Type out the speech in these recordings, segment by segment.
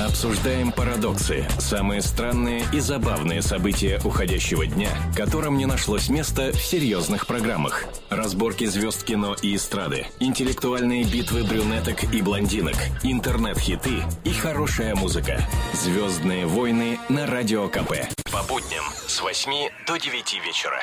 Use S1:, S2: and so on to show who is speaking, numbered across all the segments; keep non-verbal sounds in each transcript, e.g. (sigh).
S1: Обсуждаем парадоксы, самые странные и забавные события уходящего дня, которым не нашлось места в серьезных программах. Разборки звезд кино и эстрады, интеллектуальные битвы брюнеток и блондинок, интернет-хиты и хорошая музыка. «Звездные войны» на Радио КП. По будням с 8 до 9 вечера.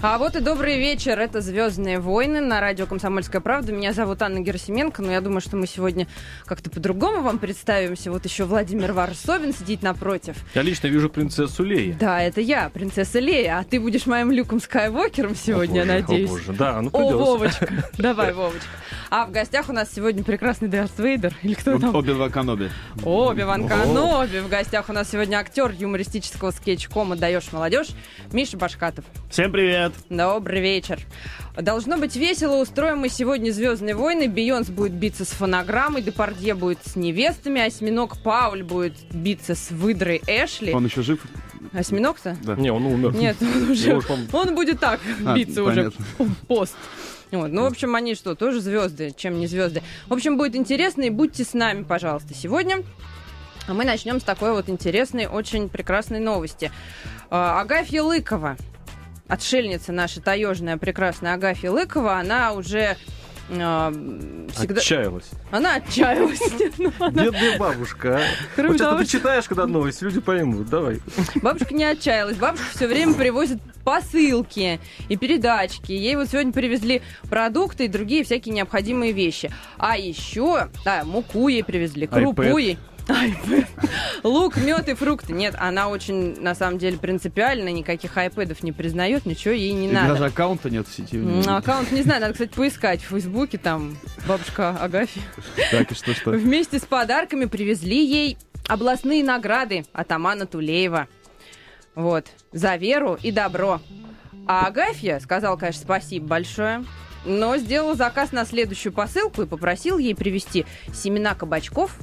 S2: А вот и добрый вечер. Это «Звездные войны» на радио «Комсомольская правда». Меня зовут Анна Герасименко, но я думаю, что мы сегодня как-то по-другому вам представимся. Вот еще Владимир Варсовин сидит напротив.
S3: Я лично вижу принцессу Лея.
S2: Да, это я, принцесса Лея, а ты будешь моим Люком Скайуокером сегодня, я надеюсь.
S3: О боже, да, ну
S2: О,
S3: придется.
S2: Вовочка, (laughs) давай, Вовочка. А в гостях у нас сегодня прекрасный Дарт Вейдер. Или
S3: Ну,
S2: кто там?
S4: Оби-Ван Каноби.
S2: О, Биван Каноби. В гостях у нас сегодня актер юмористического скетч-кома «Даешь молодежь» Миша Башкатов.
S4: Всем привет!
S2: Добрый вечер. Должно быть весело. Устроим мы сегодня «Звездные войны». Бейонс будет биться с фонограммой, Депардье будет с невестами, Осьминог Пауль будет биться с выдрой Эшли.
S4: Он еще жив?
S2: Осьминог-то?
S4: Да.
S3: Не, он умер.
S2: Нет, он
S3: Его
S2: уже...
S3: ж, по-моему,
S2: Он будет так
S4: А,
S2: биться уже
S4: понятно.
S2: (laughs) в пост. Вот. Ну, в общем, они что, тоже звезды, чем не звезды. В общем, будет интересно, и будьте с нами, пожалуйста, сегодня. А мы начнем с такой вот интересной, очень прекрасной новости. А, Агафья Лыкова, отшельница наша таежная, прекрасная Агафья Лыкова, она уже а, всегда...
S3: Отчаялась.
S2: Она отчаялась. Ну, она-
S3: Бедная бабушка, а.
S2: Кроме
S3: Вот это
S2: того,
S3: ты
S2: что-
S3: читаешь, когда новость, люди поймут, давай.
S2: Бабушка не отчаялась. Бабушка все время привозит посылки и передачки. Ей вот сегодня привезли продукты и другие всякие необходимые вещи. А еще, да, муку ей привезли, крупу
S3: iPad.
S2: ей. iPad. Лук, мед и фрукты. Нет, она очень, на самом деле, принципиально никаких айпэдов не признает, ничего ей не
S4: И
S2: надо. Ну,
S4: даже аккаунта нет в сети.
S2: М, Аккаунт, не знаю, надо, кстати, поискать в Фейсбуке, там бабушка Агафья.
S4: Так, и что,
S2: (laughs)
S4: что?
S2: Вместе с подарками привезли ей областные награды атамана Тулеева. Вот. За веру и добро. А Агафья сказал, конечно, спасибо большое, но сделал заказ на следующую посылку и попросил ей привезти семена кабачков,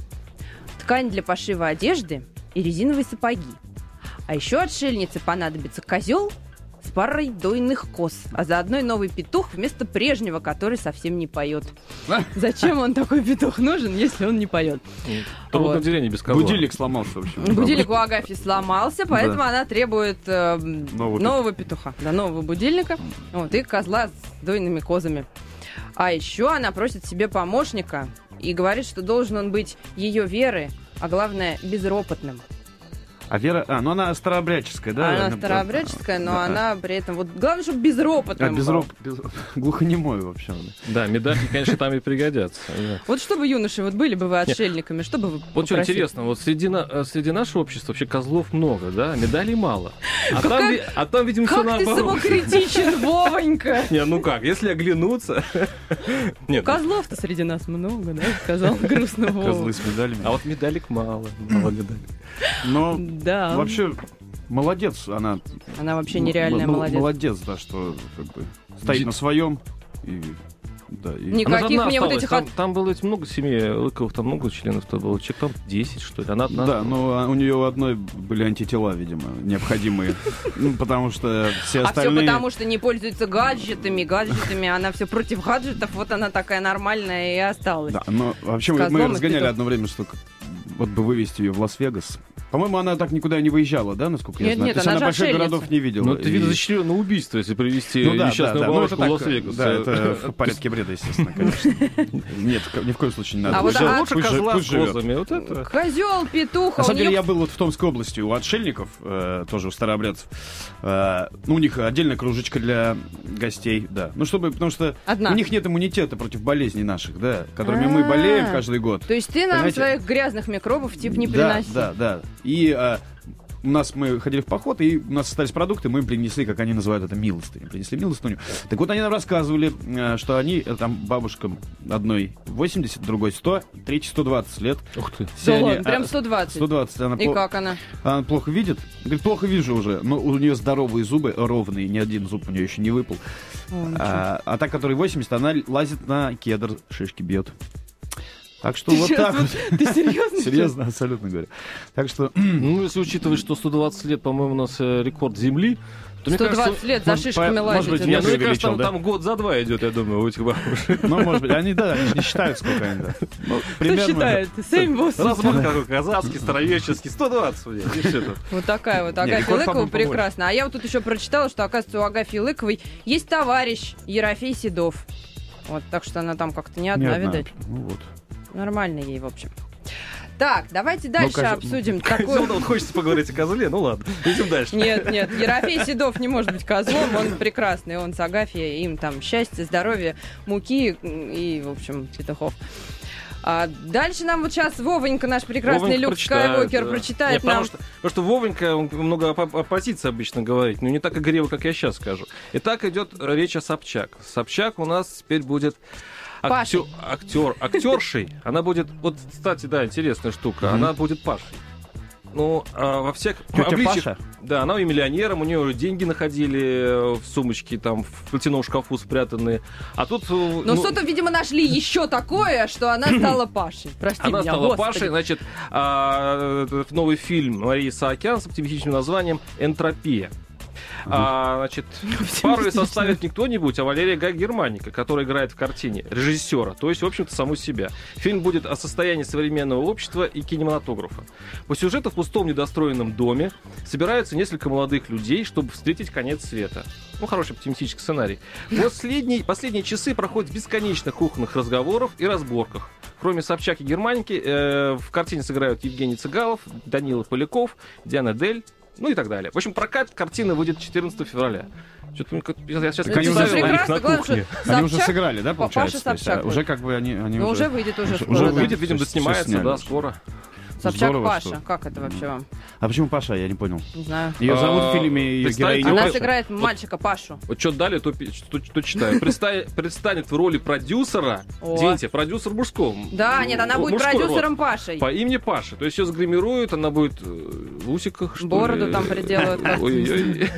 S2: ткань для пошива одежды и резиновые сапоги. А еще отшельнице понадобится козел с парой дойных коз, а заодно и новый петух вместо прежнего, который совсем не поет. Зачем он такой петух нужен, если он не поет?
S3: Трудно
S2: Вот.
S3: деление без кого.
S4: Будильник сломался вообще.
S2: Будильник у Агафьи сломался, поэтому она требует э, м,
S4: Нового
S2: нового петуха, да, нового будильника, вот, и козла с дойными козами. А еще она просит себе помощника и говорит, что должен он быть ее веры, а главное, безропотным.
S4: А Вера... А, ну она старообрядческая, да?
S2: она старообрядческая, но
S4: Да.
S2: она при этом... Вот главное, чтобы
S4: А,
S2: безропотным
S4: без
S2: был.
S4: роб... без- (laughs) Глухонемой вообще. он.
S3: Да, медальки, конечно, там и пригодятся.
S2: (laughs)
S3: да.
S2: Вот чтобы юноши вот были бы вы отшельниками, что бы вы
S3: Вот что
S2: попросили?
S3: интересно, вот среди, на- э, среди нашего общества вообще козлов много, да, медалей мало. А,
S2: Ну Как-
S3: там, ви- а там, видимо, все
S2: Как ты
S3: наоборот.
S2: самокритичен, Вовонька!
S3: (laughs) Не, ну как, если оглянуться... Нет,
S2: Козлов-то среди нас много, да? Сказал грустно Вова.
S4: Козлы с медалями.
S3: а вот медалек мало, мало медалек.
S4: Но
S2: Да.
S4: вообще молодец она.
S2: Она вообще
S4: Ну,
S2: нереальная
S4: ну,
S2: молодец.
S4: Молодец, да, что как бы стоит
S3: Ди-
S4: на своем. И... Да, и...
S2: Ник-
S3: Она же
S2: Никаких
S3: одна
S2: мне вот
S3: осталась.
S2: этих
S3: А там,
S2: от-
S3: там было ведь много семей Лыковых, там много членов то было, человек там 10, что ли. Она одна.
S4: Да,
S2: ну
S4: но а, у нее одной были антитела, видимо,
S2: (laughs)
S4: необходимые. Ну, потому что все
S2: А все
S4: остальные...
S2: потому, что не пользуется гаджетами, гаджетами. Она все против гаджетов, вот она такая нормальная и осталась.
S4: Да, но вообще
S2: С
S4: мы,
S2: козлом
S4: мы
S2: и
S4: разгоняли
S2: петухом.
S4: одно время, что к- вот бы вывести ее в Лас-Вегас. По-моему, она так никуда и не выезжала, да, насколько я
S2: Нет,
S4: знаю?
S2: нет,
S4: То есть
S2: она
S4: она,
S2: же
S4: больших
S2: отшельница.
S4: городов не видела.
S3: Ну, это
S4: И-
S3: видно на убийство, если привести
S4: Ну да, да,
S3: несчастную
S4: да, ну,
S3: бабушку
S4: это
S3: в
S4: так,
S3: Лас-Вегас. (laughs)
S4: Да, это в порядке
S2: (laughs)
S4: бреда, естественно, конечно. Нет, к- ни в коем случае не надо.
S2: А вот
S4: Пусть
S2: она-
S4: живет,
S3: Лучше
S4: пусть жи-
S3: козла
S4: пусть
S3: с
S4: живет.
S3: козами, вот это.
S2: Козел, петуха,
S4: На
S2: у
S4: самом деле
S2: нее
S4: я был вот в Томской области у отшельников, э, тоже у старообрядцев. Э, ну, у них отдельная кружечка для гостей, да. Ну, чтобы, потому что
S2: одна.
S4: у них нет иммунитета против болезней наших, да, которыми мы болеем
S2: А.
S4: каждый год.
S2: То есть ты нам
S4: Понимаете?
S2: своих грязных микробов типа не
S4: да,
S2: приноси.
S4: да, да. И э, у нас мы ходили в поход, и у нас остались продукты, мы им принесли, как они называют это, милостыню. Принесли милостыню. Так вот, они нам рассказывали, э, что они, э, там, бабушкам одной 80, другой 100, третьей 120 лет.
S3: Ух ты.
S2: Да
S4: Все они,
S2: ладно,
S4: а,
S2: прям 120.
S4: 120, она,
S2: И
S4: пл-
S2: как она?
S4: она А, плохо видит. Говорит, плохо вижу уже. Но у нее здоровые зубы, ровные, ни один зуб у нее еще не выпал.
S2: О, ничего.
S4: А, а та, которой 80, она лазит на кедр, шишки бьет. Так что
S2: Ты
S4: вот
S2: щас
S4: так
S2: вот- (laughs)
S4: вот.
S2: Ты серьезно?
S4: Серьезно, абсолютно говорю. Так что
S3: Хм. Ну, если учитывать, что 120 лет, по-моему, у нас э, рекорд Земли, Мне
S2: 120
S3: кажется,
S2: лет за
S4: может,
S2: шишками
S4: по-
S2: лазить.
S4: может быть,
S2: это
S3: Не,
S4: я
S2: ж-
S3: ну, мне кажется,
S4: преувеличил,
S3: там,
S4: да?
S3: там год за два идет, я думаю, у этих
S4: (laughs)
S3: бабушек.
S4: Ну, может быть, они, да, они же не считают, сколько они, да. Ну,
S2: Кто
S4: примерно-
S2: считает? 7
S3: Размах такой казахский, старовеческий, 120, блин, и всё тут.
S2: Вот такая вот
S4: Не,
S2: Агафья
S4: рекорд,
S2: Лыкова
S4: по-моему, побольше.
S2: прекрасно. А я вот тут еще прочитала, что, оказывается, у Агафьи Лыковой есть товарищ Ерофей Седов. Вот, так что она там как-то не
S4: Не
S2: одна,
S4: одна.
S2: видать.
S4: Ну, вот.
S2: Нормально ей, в общем. Так, давайте дальше
S4: козё-
S2: обсудим
S3: Козёл,
S2: такой...
S3: да, вот хочется поговорить о козле, ну ладно, идем дальше.
S2: Нет, нет, Ерофей Седов не может быть козлом, он прекрасный, он с Агафьей, им там счастье, здоровье, муки и, в общем, петухов. А дальше нам вот сейчас Вовонька, наш прекрасный
S3: Вовенька
S2: Люк
S3: прочитает,
S2: Скайуокер,
S3: да.
S2: прочитает
S3: Не,
S2: нам.
S3: Потому что, потому что Вовенька, он много о, о позиции обычно говорит, но не так игриво, как я сейчас скажу. Итак, идет речь о Собчак. Собчак у нас теперь будет
S2: Пашей.
S3: актер, актершей. Она будет, вот, кстати, да, интересная штука,
S4: Мгм.
S3: она будет Пашей. Ну, а во всех
S4: Тетя
S3: обличиях-
S4: Паша?
S3: Да, она и миллионером, у нее уже деньги находили э, в сумочке, там, в платяном шкафу спрятаны. А тут... э,
S2: Но
S3: ну,
S2: что-то, видимо, нашли еще такое, что
S4: (clears throat)
S2: она стала Пашей. Прости
S3: Она
S2: меня,
S3: стала
S2: господи.
S3: Пашей, значит, а, этот новый фильм Марии Саакян с оптимистичным названием «Энтропия». А, значит, пару составит не кто-нибудь, а Валерия Гай Германика, которая играет в картине режиссера, то есть, в общем-то, саму себя. Фильм будет о состоянии современного общества и кинематографа. По сюжету в пустом недостроенном доме собираются несколько молодых людей, чтобы встретить конец света. Ну, хороший оптимистический сценарий. Последние, последние часы проходят в бесконечных кухонных разговоров и разборках. Кроме Собчак и Германики, э, в картине сыграют Евгений Цыгалов, Данила Поляков, Диана Дель, ну и так далее. В общем, прокат картины выйдет 14 февраля. Что-то я сейчас
S2: Ну,
S4: Так они
S2: это
S4: уже
S2: всё
S4: на
S2: прекрасно,
S3: на
S2: главное,
S3: кухне.
S2: что
S4: Они уже
S2: Собчак-
S4: сыграли, да,
S2: Па-
S4: получается?
S2: Паша
S4: То есть,
S2: Собчак,
S4: а,
S2: вот.
S4: Уже как бы они... они
S2: Ну, уже выйдет уже
S4: уже
S2: скоро, да.
S4: выйдет?
S3: Выйдет, видимо,
S4: Всё- всё
S3: доснимается,
S4: сняли
S3: да,
S4: уже.
S3: скоро.
S2: Собчак
S4: Здорово,
S2: Паша.
S4: что-
S2: Как это вообще?
S4: А почему Паша, я не понял?
S2: Не знаю.
S4: Ее зовут
S3: А,
S4: в фильме ее
S3: представь,
S4: героиня
S3: Ну,
S2: Она
S4: Паша.
S2: сыграет мальчика Пашу.
S3: Вот что дали, то, пи- что- что читаю. Предста- Предстанет в роли продюсера.
S2: О.
S3: Дети, продюсер мужского.
S2: Да,
S4: Ну,
S2: нет, она
S3: М-
S2: будет
S3: мужской род.
S2: продюсером Пашей.
S3: По имени Паша. То есть ее загримируют, она будет э, в усиках, что ли.
S2: Бороду там приделают, как-то.
S3: Ой-ой-ой.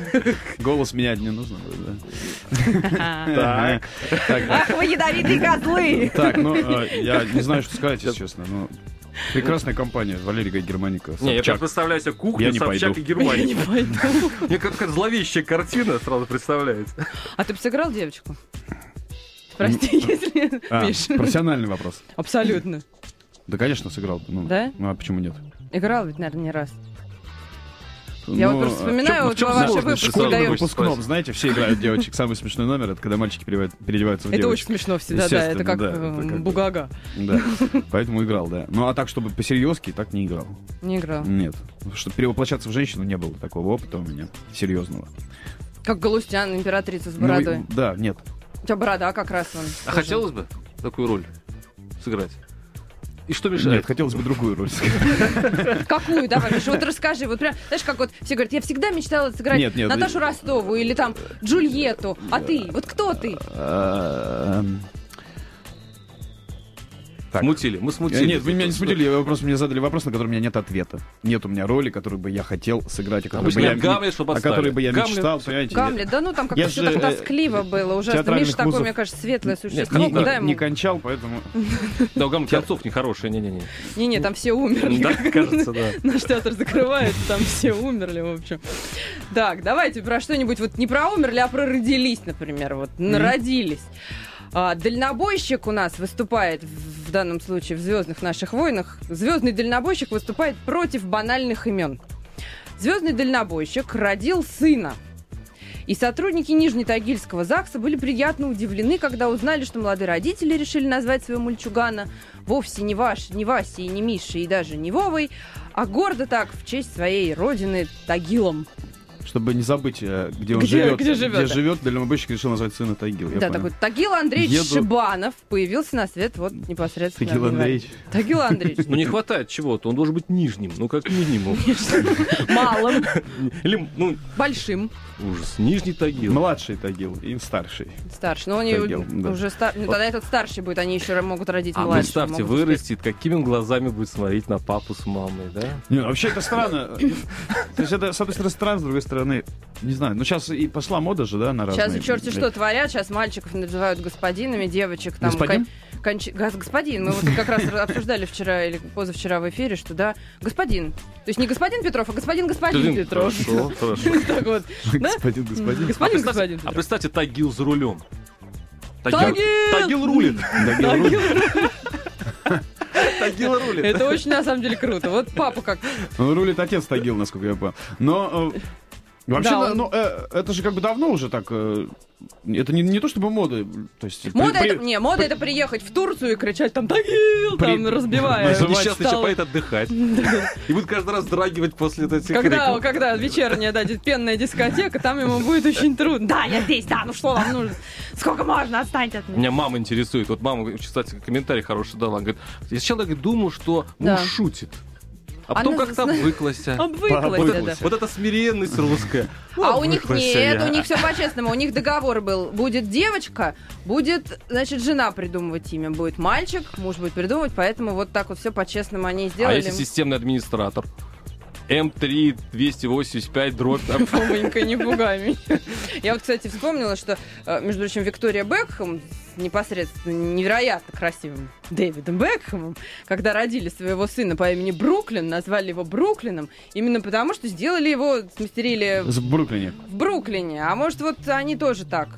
S4: Голос менять не нужно будет, да?
S3: Так.
S4: Так,
S2: Ах, вы ядовитые
S4: (laughs)
S2: козлы!
S4: так, ну, э, я не знаю, что сказать, если честно. но Прекрасная компания, Валерий Гай Германика.
S3: Не, я прям
S4: Собчак.
S3: представляю себе
S4: Я
S3: кухню,
S4: не
S3: Собчак
S2: (laughs) Я
S3: и
S4: пойду.
S2: не
S3: Германию.
S2: пойду.
S3: Мне какая-то зловещая картина сразу представляется.
S2: А ты бы сыграл
S4: (laughs)
S2: девочку? Прости, если...
S4: А,
S2: Миш.
S4: профессиональный вопрос.
S2: Абсолютно.
S4: Да, конечно, сыграл. бы, Ну,
S2: Да?
S4: Ну, а почему нет?
S2: Играл ведь, наверное, не раз. Я вот
S4: Ну,
S2: просто
S4: а
S2: вспоминаю,
S3: чё-
S2: вот
S3: в чём
S2: ваши
S3: сложность?
S2: выпуски
S3: Что
S4: Школьным
S3: выдаётся.
S2: дают.
S4: ну, выпускном, знаете, все играют девочек. Самый смешной номер это когда мальчики перевают- переодеваются в
S2: Это очень
S4: девочек.
S2: смешно всегда, да. Это
S4: Естественно,
S2: как
S4: да, это как
S2: э,
S4: бы-
S2: бугага.
S4: Да. Поэтому играл, да. Ну а так, чтобы по-серьезки, так не играл.
S2: Не играл.
S4: Нет. Чтобы перевоплощаться в женщину, не было такого опыта у меня. Серьезного.
S2: Как Галустян, императрица с
S4: Ну,
S2: бородой.
S4: да, нет.
S2: У тебя борода как раз он.
S3: А хотелось бы такую роль сыграть? И что
S4: Нет,
S3: мешает?
S4: хотелось бы другую роль сыграть.
S2: Какую, давай, Миша, вот расскажи. Вот прям, знаешь, как вот все говорят, я всегда мечтала сыграть
S4: Нет, нет,
S2: Наташу
S4: э,
S2: Ростову или там Джульетту. А ты? Вот кто ты?
S4: А, эм, так.
S3: Смутили, мы смутили.
S4: Э, Нет, вы меня не смутили, я- вы просто мне задали вопрос, на который у меня нет ответа. Нет у меня роли, которую бы я хотел сыграть, о которой
S3: Обычно
S4: бы я,
S3: говорят, Гамлет, чтобы
S4: о которой
S3: отставили.
S4: бы я
S3: Гамлет.
S4: мечтал, понимаете?
S2: Гамлет, да ну там как-то
S4: Я
S2: все
S4: же,
S2: так
S4: э,
S2: тоскливо было, ужасно.
S4: театральных
S2: Миша такое,
S4: вузов-
S2: мне кажется, светлое существо.
S4: Не,
S2: Куда
S4: не- не
S2: ему?
S4: кончал,
S2: (laughs)
S4: поэтому...
S3: Да, у Гамлета концов нехорошие, не-не-не.
S2: Не-не, там все умерли.
S3: Да, кажется, да.
S2: (laughs) Наш театр закрывают, там все умерли, в общем. Так, давайте про что-нибудь, вот не про умерли, а про родились, например, вот, народились. А, дальнобойщик у нас выступает, в в данном случае, в «Звездных наших войнах». Звездный дальнобойщик выступает против банальных имен. Звездный дальнобойщик родил сына. И сотрудники Нижнетагильского ЗАГСа были приятно удивлены, когда узнали, что молодые родители решили назвать своего мальчугана вовсе не Ваш, не Васей, не Мишей и даже не Вовой, а гордо так в честь своей родины Тагилом.
S4: Чтобы не забыть, э, где он
S2: Где-
S4: живет.
S2: где живет, да.
S4: живет, дальнобойщик решил назвать сына Тагил. я
S2: да,
S4: понял.
S2: такой Тагил Андреевич
S4: Еду-
S2: Шибанов появился на свет вот непосредственно.
S4: Тагил
S2: в январе.
S4: Андреевич.
S2: Тагил Андреевич.
S4: (laughs)
S3: Ну не хватает чего-то, он должен быть нижним, ну как минимум.
S2: Малым,
S3: Или, ну,
S2: большим,
S3: ужас, нижний Тагил.
S4: Младший Тагил и старший.
S2: старше. Но они
S4: Тагил, да. ну,
S2: уже стар... ну, тогда этот старший будет, они еще могут родить
S3: А
S2: младшего.
S3: представьте,
S2: могут успеть.
S3: вырастет, какими глазами будет смотреть на папу с мамой, да?
S4: Не, ну, вообще
S2: (laughs)
S4: это странно. То есть это, с одной стороны, странно, с другой стороны, не знаю. Ну, сейчас и пошла мода же, да, на разные...
S2: Сейчас черти что творят, сейчас мальчиков называют господинами, девочек там...
S4: Господин?
S2: ка- конч- гос- господин, мы вот как
S4: (laughs)
S2: раз обсуждали вчера или позавчера в эфире, что да, господин. То есть не господин Петров, а господин господин Петров.
S3: Хорошо, хорошо.
S2: (laughs) Так вот, да?
S4: Господин, господин.
S2: Господин господин
S3: А
S2: Петров.
S3: представьте, Тагил за рулем.
S2: Тагил!
S3: Тагил рулит.
S2: (laughs)
S4: Дагил Ру-
S3: Тагил рулит.
S2: Это очень на самом деле круто. Вот папа как.
S4: Ну, рулит отец Тагил, насколько я понял. Но э, вообще,
S2: Да,
S4: на-
S2: он-
S4: ну, э, это же как бы давно уже так. э, это не, не то чтобы мода. То есть, при-
S2: Мода
S4: при-
S2: это. Не, мода это приехать в Турцию и кричать там Тагил, там
S4: При-
S2: разбивая.
S3: (laughs) Несчастный
S2: столы.
S3: человек
S2: (laughs)
S3: поедет отдыхать. И будет каждый раз драгивать после этих
S2: Когда,
S3: криков.
S2: когда вечерняя, да, пенная дискотека, там ему будет очень трудно. Да, я здесь, да, ну что вам нужно? Сколько можно, отстаньте от меня.
S3: Меня мама интересует. Вот мама, кстати, комментарий хороший дала. Она говорит, я сначала говорит, думал, что
S2: Да.
S3: муж шутит. А потом
S2: (laughs) Она
S3: как-то
S2: зна-
S3: обвыклась.
S2: Обвыклась, да, да.
S3: Вот эта смиренность русская.
S2: А у них
S3: Обвыклась
S2: нет,
S3: я.
S2: у них все по-честному. У них договор был. Будет девочка, будет, значит, жена придумывать имя. Будет мальчик, муж будет придумывать. Поэтому вот так вот все по-честному они
S3: А
S2: сделали.
S3: если системный администратор? М3
S2: (laughs)
S3: 285 дробь. там.
S2: Фомонька, не пугай меня. Я вот, кстати, вспомнила, что, э, между прочим, Виктория Бекхэм с непосредственно невероятно красивым Дэвидом Бекхэмом, когда родили своего сына по имени Бруклин, назвали его Бруклином, именно потому, что сделали его, смастерили
S4: С Бруклине.
S2: в Бруклине. А может, вот они тоже так.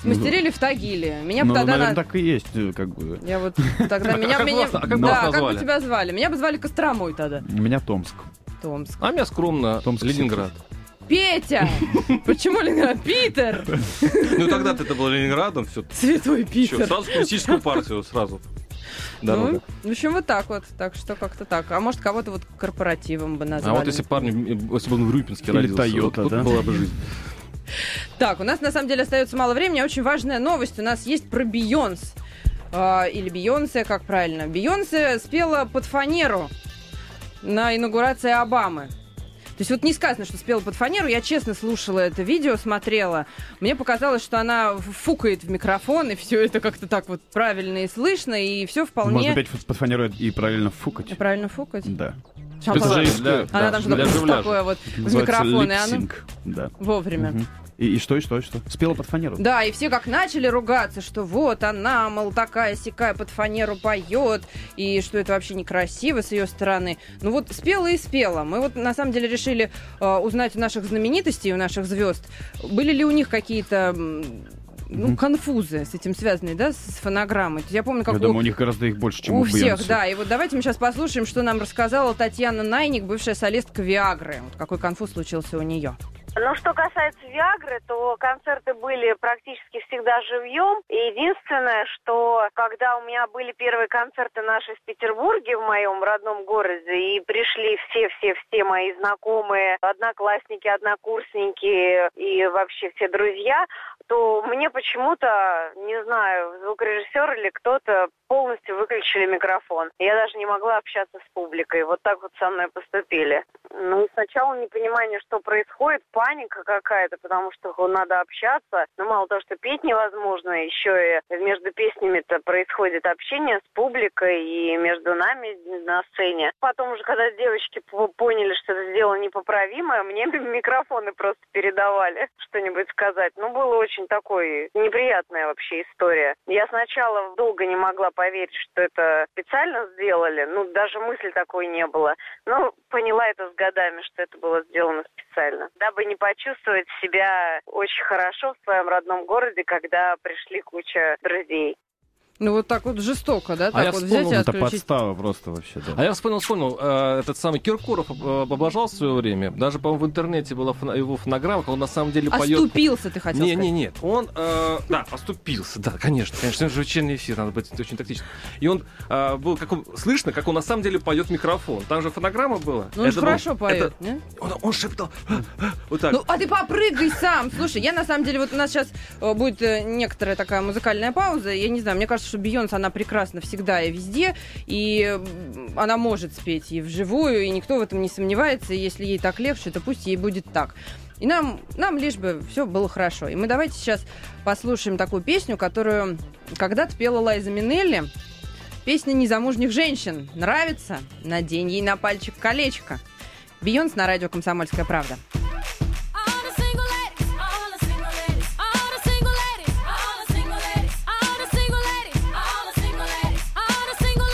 S2: Смастерили в Тагиле. Меня бы
S4: Ну,
S2: тогда...
S4: наверное,
S2: на-
S4: так и есть, э, как бы.
S2: Я вот тогда
S3: А
S2: меня...
S3: как
S2: меня-
S3: вас- а как бы вас
S2: Да, как бы
S3: назвали?
S2: тебя звали? Меня бы звали Костромой тогда.
S4: У меня Томск.
S2: Томск.
S3: А меня скромно
S4: Томск,
S3: Ленинград.
S2: Петя! Почему Ленинград? Питер!
S3: (laughs) Ну тогда-то это был Ленинградом, все.
S2: Святой
S3: Чё,
S2: Питер.
S3: сразу коммунистическую партию сразу.
S2: Ну,
S3: Дорога.
S2: в общем, вот так вот. Так что как-то так. А может, кого-то вот корпоративом бы
S3: А
S2: назвали.
S3: вот если парню, м, если бы он в Рюпинске
S4: Или
S3: родился,
S4: Toyota,
S3: вот тут
S4: да?
S3: была бы жизнь.
S2: Так, у нас на самом деле остается мало времени. Очень важная новость у нас есть про Бейонс. А, Или Бейонсе, как правильно. Бейонсе спела под фанеру на инаугурации Обамы. То есть вот не сказано, что спела под фанеру. Я честно слушала это видео, смотрела. Мне показалось, что она фукает в микрофон, и все это как-то так вот правильно и слышно, и все вполне...
S4: Можно опять фу- под фанеру и правильно фукать.
S2: Правильно фукать?
S4: Да.
S2: Шампан-
S3: Это же
S4: Для-
S2: Она
S3: да,
S2: там
S3: для
S2: что-то
S3: живляжа.
S2: такое вот в
S4: Называется
S2: микрофон, и она
S4: липсинг. Да.
S2: вовремя.
S4: Мгм. И, и что, и что, и что? Спела под фанеру.
S2: Да, и все как начали ругаться, что вот она, мол, такая сякая под фанеру поет, и что это вообще некрасиво с ее стороны. Ну вот спела и спела. Мы вот на самом деле решили э, узнать у наших знаменитостей, у наших звезд, были ли у них какие-то м, ну,
S4: Мгм.
S2: конфузы с этим связанные, да, с фонограммой. Я помню, как
S4: Я
S2: у-
S4: думаю, у них гораздо их больше, чем
S2: у
S4: у
S2: всех,
S4: Бейонсе.
S2: да. И вот давайте мы сейчас послушаем, что нам рассказала Татьяна Найник, бывшая солистка Виагры. Вот какой конфуз случился у нее.
S5: Ну, что касается Виагры, то концерты были практически всегда живьем. И единственное, что когда у меня были первые концерты наши в Петербурге, в моем родном городе, и пришли все-все-все мои знакомые, одноклассники, однокурсники и вообще все друзья, то мне почему-то, не знаю, звукорежиссер или кто-то полностью выключили микрофон. Я даже не могла общаться с публикой. Вот так вот со мной поступили. Ну, сначала непонимание, что происходит, паника какая-то, потому что ну, надо общаться. Но мало того, что петь невозможно, еще и между песнями-то происходит общение с публикой и между нами на сцене. Потом уже, когда девочки п- поняли, что это дело непоправимое, мне (laughs) микрофоны просто передавали что-нибудь сказать. Ну, было очень такой неприятная вообще история. Я сначала долго не могла поверить, что это специально сделали. Ну, даже мысли такой не было. Ну, поняла это с годами, что это было сделано специально. Дабы не почувствовать себя очень хорошо в своем родном городе, когда пришли куча друзей.
S2: Ну вот так вот жестоко, да?
S3: А
S2: Так
S3: я
S2: вот
S3: вспомнил,
S2: взять и
S4: Это
S2: отключить.
S4: подстава просто вообще, да.
S3: А я вспомнил, вспомнил, э, этот самый Киркоров э, облажал в свое время. Даже, по-моему, в интернете была фона- его фонограмма, как он на самом
S2: А
S3: деле поет.
S2: Оступился, ты хотел
S3: Не,
S2: сказать.
S3: не, нет. Он, э, да, оступился, да, конечно, конечно, это же вечерний эфир, надо быть очень тактичным. И он э, был, как он- слышно, как он на самом деле поет в микрофон. Там же фонограмма была.
S2: Ну он
S3: Это
S2: же
S3: был-
S2: хорошо поет,
S3: это-
S2: не?
S3: он, он шептал, (laughs) «А, а», вот так.
S2: Ну, а ты попрыгай сам. Слушай, я на самом деле, вот у нас сейчас будет э, некоторая такая музыкальная пауза. Я не знаю, мне кажется, что Бейонс, она прекрасна всегда и везде. И м, она может спеть и вживую, и никто в этом не сомневается. И если ей так легче, то пусть ей будет так. И нам, нам лишь бы все было хорошо. И мы давайте сейчас послушаем такую песню, которую когда-то пела Лайза Минелли. Песня незамужних женщин. Нравится? Надень ей на пальчик колечко. Бейонс на радио «Комсомольская правда».
S6: All the single ladies, all the single ladies, all the single ladies, all the single ladies, all the single ladies, all the single ladies.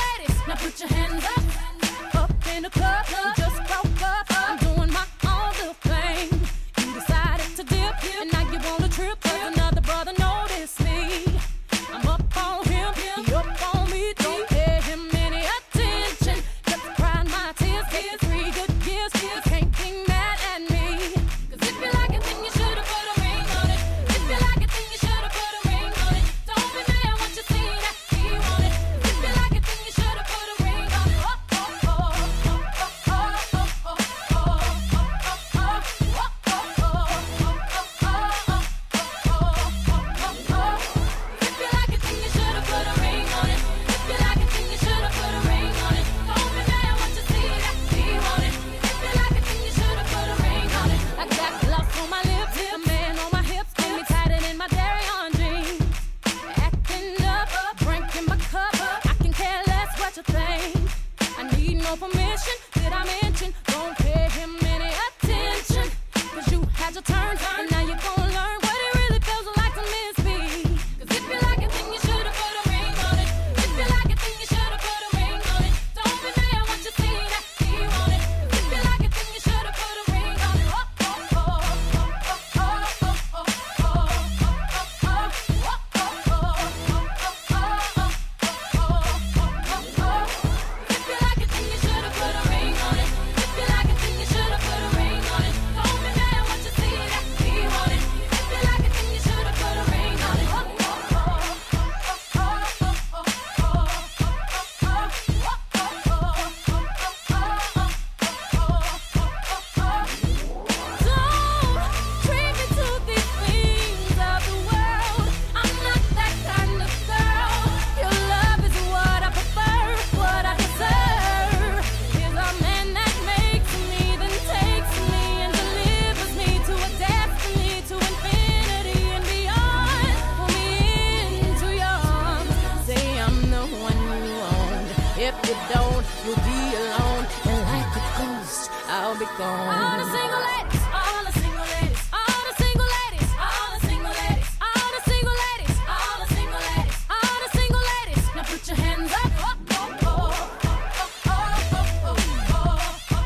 S7: be
S6: All
S7: gone.
S6: the single ladies, all the single ladies, all the single ladies, all the single ladies, all the single ladies, all the single ladies, all the single ladies. Now put your hands up. Oh, oh, oh, oh, oh, oh, oh,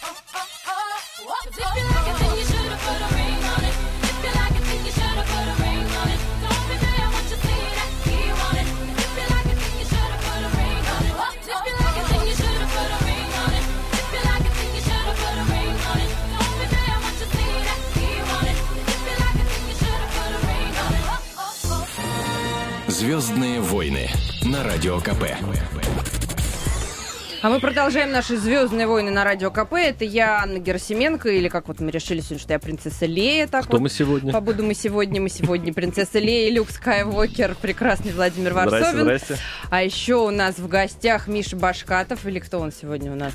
S6: oh, oh, If you like it, then you should have put a ring on it. If you like it, then you should have put a ring on it. Don't be mad when you see that he want it. If you like it, then you should have put a ring on it. If you like it, then you should have put a ring on it. If you like it, then you should have put a ring on it. Don't be mad when you see that he want it. If you like it, then you should have put a ring on it. oh, oh.
S1: Звездные войны на радио КП.
S2: А мы продолжаем наши «Звездные войны» на Радио КП. Это я, Анна Герасименко, или как вот мы решили сегодня, что я принцесса Лея. Так
S3: Кто
S2: вот.
S3: мы сегодня?
S2: Побуду мы сегодня, мы сегодня принцесса Лея, Люк Скайуокер, прекрасный Владимир Варсовин.
S3: Здрасте, здрасте.
S2: А еще у нас в гостях Миша Башкатов, или кто он сегодня у нас?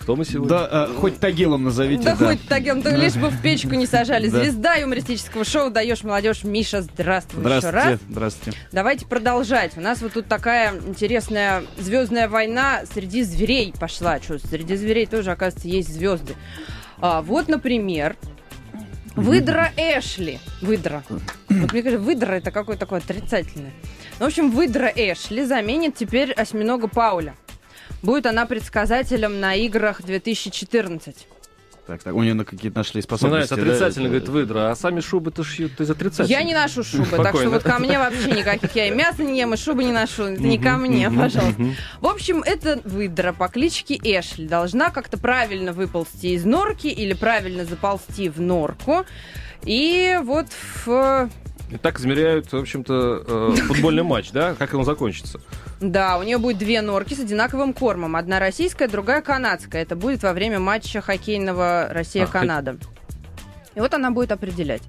S3: Кто мы сегодня?
S4: Да, э, хоть тагилом назовите.
S2: да, хоть Таген, да
S4: Да.
S2: лишь бы в печку не сажали.
S4: Да.
S2: Звезда юмористического шоу «Даешь молодежь». Миша, здравствуй еще раз.
S4: Здравствуйте, здравствуйте.
S2: Давайте продолжать. У нас вот тут такая интересная звездная война среди зверей пошла. Что, среди зверей тоже, оказывается, есть звезды. А, вот, например, выдра Эшли. Выдра. Вот мне кажется, выдра это какое-то такое отрицательное. Ну, в общем, выдра Эшли заменит теперь осьминога Пауля. Будет она предсказателем на играх 2014.
S4: Так, так, у нее на какие-то нашли
S3: Мне
S4: способности.
S3: нравится, отрицательно,
S4: да,
S3: говорит
S4: это-
S3: выдра, а сами шубы-то шьют из отрицательных.
S2: Я не ношу шубы, так что
S3: Спокойно.
S2: вот ко мне вообще никаких. Я и мясо не ем, и шубы не ношу. Это не ко мне, пожалуйста. В общем, эта выдра по кличке Эшли должна как-то правильно выползти из норки или правильно заползти в норку. И вот в...
S3: И так измеряют, в общем-то, э, футбольный матч, да? Как он закончится.
S2: Да, у нее будет две норки с одинаковым кормом. Одна российская, другая канадская. Это будет во время матча хоккейного
S4: А,
S2: Россия-Канада. И вот она будет определять.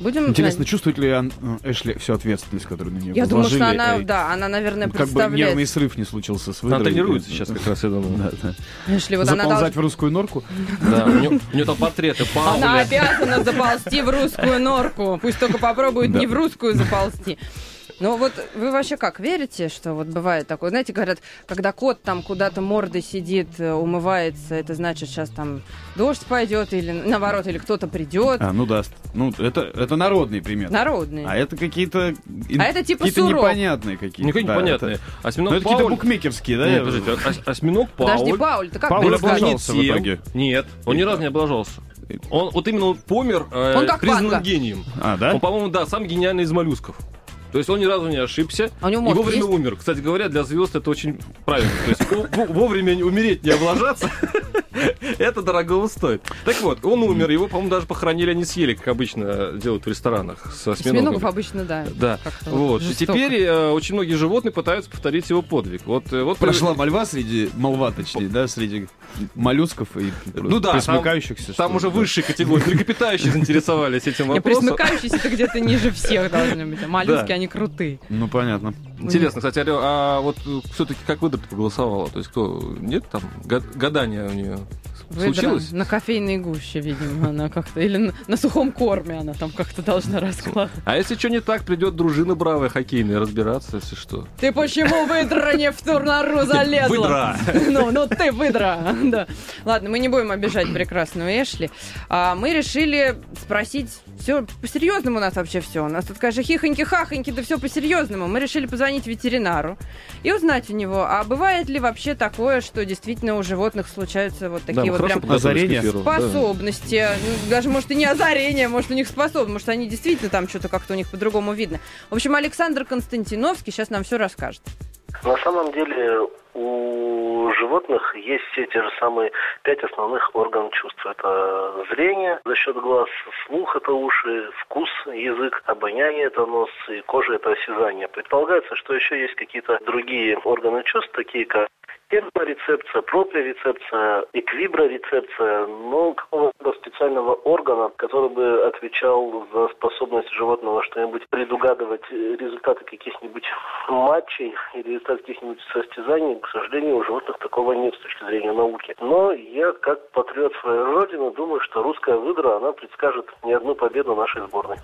S2: Будем...
S4: Интересно, чувствует ли он, э, Эшли всю ответственность, которую на нее
S2: Я думаю, что она,
S4: возложили, э,
S2: да, она, наверное,
S4: Как бы
S2: представляет.
S4: нервный срыв не случился с выдрой.
S3: Она тренируется сейчас как раз, я думаю.
S4: Да, да.
S2: Эшли, вот она
S4: Заползать
S2: должна...
S4: в русскую норку?
S3: Да, у неё- у нее там портреты
S2: Она
S3: Пауля.
S2: обязана заползти в русскую норку. Пусть только попробует
S4: Да.
S2: не в русскую заползти. Ну вот вы вообще как, верите, что вот бывает такое? Знаете, говорят, когда кот там куда-то мордой сидит, э, умывается, это значит, сейчас там дождь пойдет или наоборот, или кто-то придет.
S4: А, ну да. Ну, это, это народный пример.
S2: Народный.
S4: А это какие-то...
S2: А это типа
S4: Какие-то
S2: сурок.
S4: непонятные какие-то.
S3: Никакие
S4: да,
S3: непонятные.
S4: это- Ну,
S3: Осьминог
S4: это какие-то
S3: Пауль...
S4: букмекерские, да?
S3: Нет,
S4: я-
S3: подождите, ос- осьминог
S2: Подожди,
S3: Пауль...
S2: Пауль, ты как
S4: Пауля
S2: предсказываешь?
S4: Блаженный.
S3: не
S4: облажался в
S3: тем.
S4: итоге.
S3: Нет, он ни разу не облажался. Он вот именно он помер, э,
S2: Он как
S3: признан
S2: Ванга.
S3: гением.
S4: А, да?
S3: Он, по-моему, да, сам гениальный из моллюсков. То есть он ни разу не ошибся
S2: А у него
S3: и
S2: мозг
S3: вовремя
S2: есть?
S3: умер. Кстати говоря, для звезд это очень правильно. То есть во- во- вовремя не- умереть, не облажаться, (laughs) это дорогого стоит. Так вот, он умер, его, по-моему, даже похоронили, они съели, как обычно делают в ресторанах с
S2: Осьминогов
S3: осьминогом.
S2: обычно, да.
S3: Да,
S2: Как-то
S3: вот. И
S2: жестоко.
S3: теперь э, очень многие животные пытаются повторить его подвиг. Вот, э, вот
S4: Прошла мольва среди... Молва, точнее, да? Среди моллюсков и
S3: Ну да, там-
S4: присмыкающихся.
S3: Там
S4: что
S3: уже
S4: ли, да.
S3: высшие категории. Млекопитающие заинтересовались этим
S2: Не,
S3: вопросом.
S2: Присмыкающиеся ты где-то ниже всех должны быть. А моллюски,
S3: Да.
S2: они крутые.
S4: Ну, понятно.
S3: Интересно, кстати, Алё, а вот все-таки как выдра проголосовала? То есть кто? Нет там гад- гадания у нее
S2: Выдра
S3: случилось?
S2: На кофейной гуще, видимо, она как-то. Или на, на сухом корме она там как-то должна раскладывать.
S3: А если что не так, придет дружина бравая хоккейная разбираться, если что.
S2: Ты почему, выдра, не в ту нору залезла?
S3: Выдра.
S2: Ну, ну ты выдра, да. Ладно, мы не будем обижать прекрасную Эшли. А, мы решили спросить, все по-серьезному у нас вообще все. У нас тут, конечно, хихоньки-хахоньки, да все по-серьезному. Мы решили позвонить ветеринару и узнать у него, а бывает ли вообще такое, что действительно у животных случаются вот
S3: Да,
S2: такие
S3: мы
S2: вот
S3: хорошо
S2: прям
S3: подготовились к
S4: Озарение.
S3: эфиру, да.
S2: способности. Ну, Даже, может, и не озарение, может, у них способность, может, они действительно там что-то как-то у них по-другому видно. В общем, Александр Константиновский сейчас нам все расскажет.
S8: На самом деле у животных есть все те же самые пять основных органов чувств. Это зрение за счет глаз, слух – это уши, вкус – язык, обоняние – это нос, и кожа – это осязание. Предполагается, что еще есть какие-то другие органы чувств, такие как терморецепция, проприорецепция, эквиброрецепция, но какого-то специального органа, который бы отвечал за способность животного что-нибудь предугадывать э, результаты каких-нибудь матчей или результаты каких-нибудь состязаний, к сожалению, у животных такого нет с точки зрения науки. Но я, как патриот своей родины, думаю, что русская выдра, она предскажет не одну победу нашей сборной.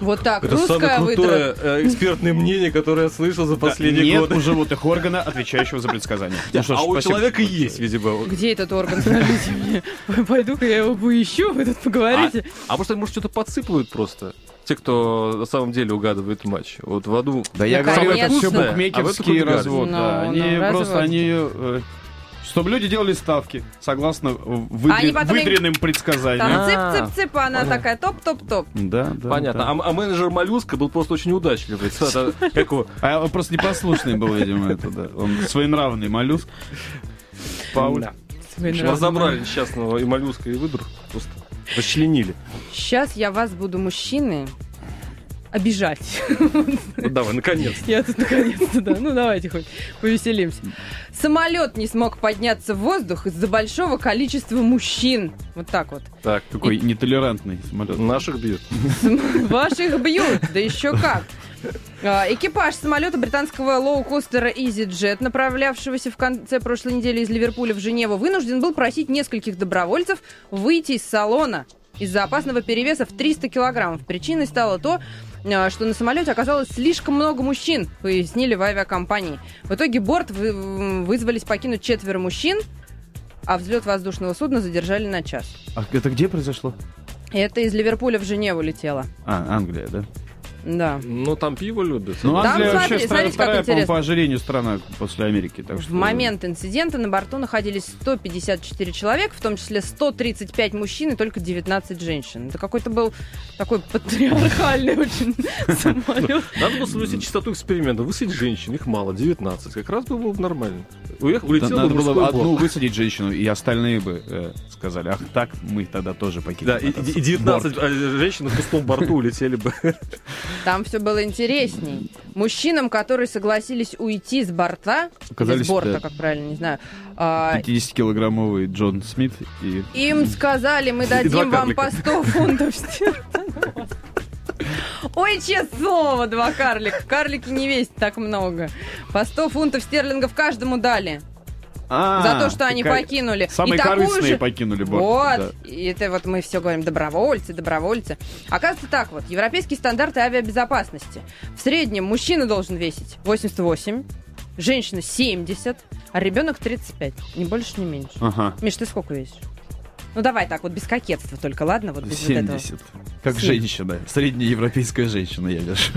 S2: Вот так,
S3: Это
S2: русская
S3: самое
S2: выдра.
S3: крутое э, экспертное мнение, которое я слышал за последние
S4: Нет
S3: годы.
S4: у животных органа, отвечающего за предсказания. Ну что ж,
S3: а у
S4: спасибо.
S3: человека есть, видимо.
S2: Где этот
S3: (laughs)
S2: орган, скажите мне? Пойду-ка я его поищу, вы тут
S3: А,
S2: поговорите.
S3: а может, они, может, что-то подсыпают просто? Те, кто на самом деле угадывает матч. Вот в аду.
S4: Да я
S2: Наконец-то.
S4: говорю, это все
S2: А вы такой
S4: букмекерский
S3: гадость.
S4: развод. да.
S2: Ну,
S4: Они
S2: ну,
S4: просто,
S2: развод.
S4: они... э, Чтобы люди делали ставки, согласно выдре-
S2: Они потом им-
S4: выдренным предсказаниям.
S3: А.
S2: Там цып-цып-цып, а она такая топ-топ-топ.
S4: Да, да.
S3: Понятно.
S4: да.
S3: А, а менеджер моллюска был просто очень удачливый.
S4: (laughs)
S3: Это- Как его?
S4: А он просто непослушный был, видимо, это, да. Он своенравный моллюск. Пауля.
S3: В общем, Разобрали несчастного и моллюска, и выдру. Просто расчленили.
S2: Сейчас я вас буду, мужчины, обижать.
S3: Вот Ну, давай, наконец.
S2: Я тут (laughs) наконец-то, да. Ну, давайте хоть повеселимся. Самолет не смог подняться в воздух из-за большого количества мужчин. Вот так вот.
S3: Так,
S4: Такой нетолерантный самолет.
S3: наших бьют.
S2: (laughs) Ваших бьют, да еще как. А, Экипаж самолета британского лоукостера EasyJet, направлявшегося в конце прошлой недели из Ливерпуля в Женеву, вынужден был просить нескольких добровольцев выйти из салона из-за опасного перевеса в 300 килограммов. Причиной стало то, а, что на самолете оказалось слишком много мужчин, пояснили в авиакомпании. В итоге борт вы- вызвались покинуть четверо мужчин, а взлет воздушного судна задержали на час.
S4: А это где произошло?
S2: Это из Ливерпуля в Женеву летело.
S4: А, Англия, да?
S2: Да.
S3: Ну, там пиво любят.
S4: Ну,
S2: Там,
S4: Англия
S2: смотри,
S4: вообще страна
S2: смотрите, как
S4: вторая, по-моему,
S2: интересно.
S4: по ожирению страна после Америки. Так
S2: В
S4: что... ну,
S2: момент инцидента на борту находились 154 человека, в том числе 135 мужчин и только 19 женщин. Это какой-то был такой патриархальный
S4: (laughs)
S2: очень самолет.
S3: Надо было соблюсти частоту эксперимента. Высадить женщин, их мало, 19. Как раз бы было бы нормально. Уехал,
S4: Да,
S3: улетел
S4: Надо
S3: бы мужской
S4: было одну
S3: борт.
S4: высадить женщину, и остальные бы э, сказали, ах так, мы тогда тоже покинем.
S3: Да, и,
S4: этот
S3: и- и 19
S4: борт».
S3: женщин на пустом борту улетели бы.
S2: Там все было интересней. Мужчинам, которые согласились уйти с борта, или
S4: Оказались,
S2: с борта,
S4: да.
S2: как правильно, не знаю, а,
S4: 50-килограммовый Джон Смит и...
S2: Им сказали, мы
S3: два
S2: дадим вам по
S3: карлика.
S2: 100 фунтов стерлингов. Ой, честное слово, два карлика. Карлики не весят так много. По 100 фунтов стерлингов каждому дали.
S3: А,
S2: За то, что они покинули. И
S4: Самые
S2: такую
S4: корыстные
S2: же-
S4: покинули борт. да.
S2: вот, и это вот мы все говорим, добровольцы, добровольцы. Оказывается так вот, европейские стандарты авиабезопасности. В среднем мужчина должен весить 88, женщина 70, а ребенок 35, ни больше, ни меньше.
S3: А.
S4: Ага.
S2: Миш, ты сколько весишь? Ну давай так, вот без кокетства только, ладно? Вот без вот этого.
S4: 70. Как
S2: Семь.
S4: женщина. Среднеевропейская женщина, я вижу.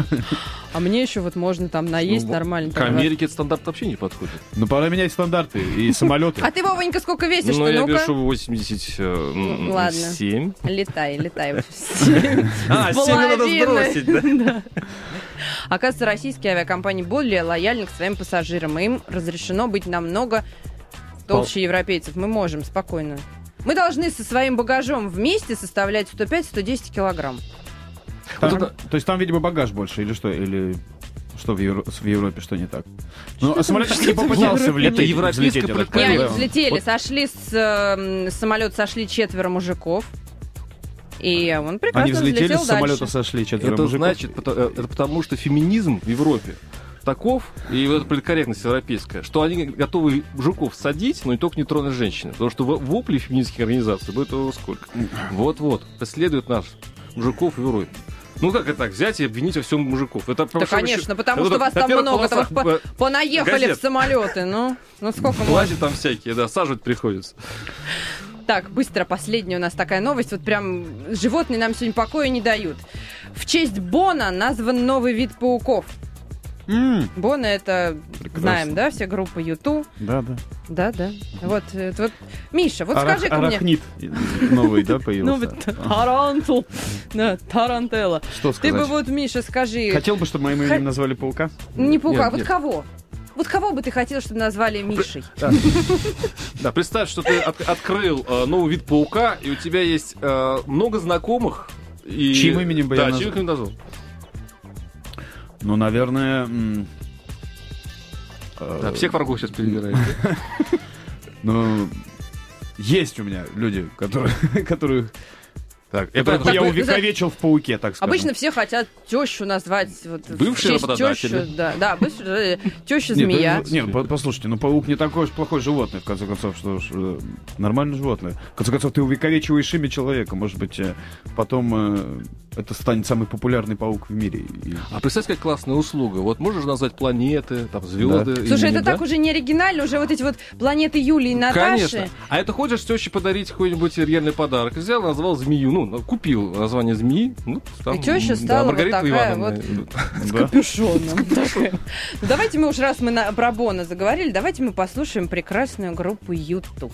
S2: А мне еще вот можно там наесть
S3: Ну,
S2: нормально.
S3: К
S2: так,
S3: Америке этот стандарт вообще не подходит.
S4: Но Ну, пора менять стандарты и самолеты.
S2: вот. А ты, Вовонька, сколько весишь?
S3: Ну,
S2: ты
S3: я э,
S2: ну-ка,
S3: пишу 87.
S2: летай,
S3: (laughs)
S2: летай.
S3: А,
S2: С
S3: 7 надо
S2: половиной.
S3: сбросить, да?
S2: Оказывается, российские авиакомпании более лояльны к своим пассажирам, и им разрешено быть намного толще европейцев. Мы можем спокойно. Мы должны со своим багажом вместе составлять 105-110 килограмм. А
S4: Там-
S3: Вот
S4: То есть там, видимо, багаж больше или что? Или что в, Евро- в Европе, что не так? Ну, а самолет так и не попытался влететь.
S3: Это европейское
S4: взлететь, я так
S2: Не, они
S4: понимаю.
S2: взлетели,
S4: Вот
S2: сошли с э, м, самолета, сошли четверо мужиков. И он прекрасно
S4: Они взлетели,
S2: взлетел
S4: с
S2: дальше.
S4: самолета сошли четверо
S3: Это
S4: мужиков.
S3: значит, пото- э, это потому что феминизм в Европе таков, и вот эта политкорректность европейская, что они готовы мужиков садить, но и только не тронуть женщины. Потому что во- вопли феминистских организаций будет о сколько. Вот-вот, преследуют нас, мужиков в Европе. Ну как это так, взять и обвинить во всем мужиков? Это
S2: Да, конечно, потому что вас там много, там их по- понаехали
S3: газет.
S2: в самолеты. Ну, ну сколько можно?
S3: Платят там всякие, да, сажать приходится.
S2: Так, быстро, последняя у нас такая новость. Вот прям животные нам сегодня покоя не дают. В честь Бона назван новый вид пауков.
S4: М,
S2: Бона это,
S4: Прекрасно.
S2: знаем, да, все группы Юту.
S4: Да, да.
S2: Да, да. Вот, э, вот. Миша, вот
S4: Арах-
S2: скажи-ка мне.
S4: Арахнит новый, да,
S2: Ну,
S4: появился?
S2: вот тарантул. Да, тарантелла.
S4: Что
S2: Ты бы
S4: сказать?
S2: вот, Миша, скажи,
S4: Хотел бы, чтобы моим
S2: Хо-
S4: именем назвали паука?
S2: не паука,
S3: Нет,
S2: а вот
S3: нет.
S2: кого? Вот кого бы ты хотел, чтобы назвали Мишей?
S3: Да, представь, что ты от- открыл э, новый вид паука, и у тебя есть э, много знакомых. И...
S4: Чьим именем бы я
S3: да,
S4: назвал?
S3: чьим именем назвал?
S4: Ну, наверное... м, э,
S3: Да, всех врагов сейчас (laughs) перебираешь.
S4: Ну, есть у меня люди, (laughs) которые, которых Так,
S3: Это
S4: это
S3: такой,
S4: я
S2: знаешь,
S4: увековечил в пауке, так сказать.
S2: Обычно все хотят тещу назвать. Вот, в
S7: Бывший
S2: честь
S7: работодатель.
S2: тещу, Да, да, бывший э, теща змея.
S4: Нет, по- послушайте, ну паук не такое уж плохое животное, в конце концов, что ж, э, нормальное животное. В конце концов, ты увековечиваешь имя человека, может быть, э, потом э, это станет самый популярный паук в мире. И-
S7: А представь, какая классная услуга. Вот можешь назвать планеты, там, звезды.
S2: Слушай, это так уже не оригинально, уже вот эти вот планеты Юлии и Наташи.
S7: Конечно. А это хочешь теще подарить какой-нибудь реальный подарок? Взял, назвал змею. Ну, на- купил название змеи. Ну, там,
S2: И теща
S7: да,
S2: стала вот
S7: Маргарита
S2: такая
S7: Ивановна.
S2: С
S4: Да.
S2: капюшоном. такая. (laughs) Ну, Давайте мы уж раз мы на- про Бона заговорили, давайте мы послушаем прекрасную группу Юту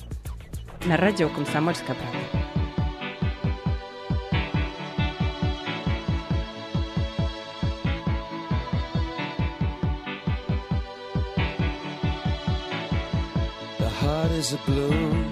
S2: на радио «Комсомольская правда».
S9: The heart is a balloon,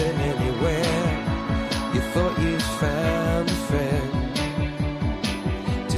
S9: anywhere. You thought you found a friend to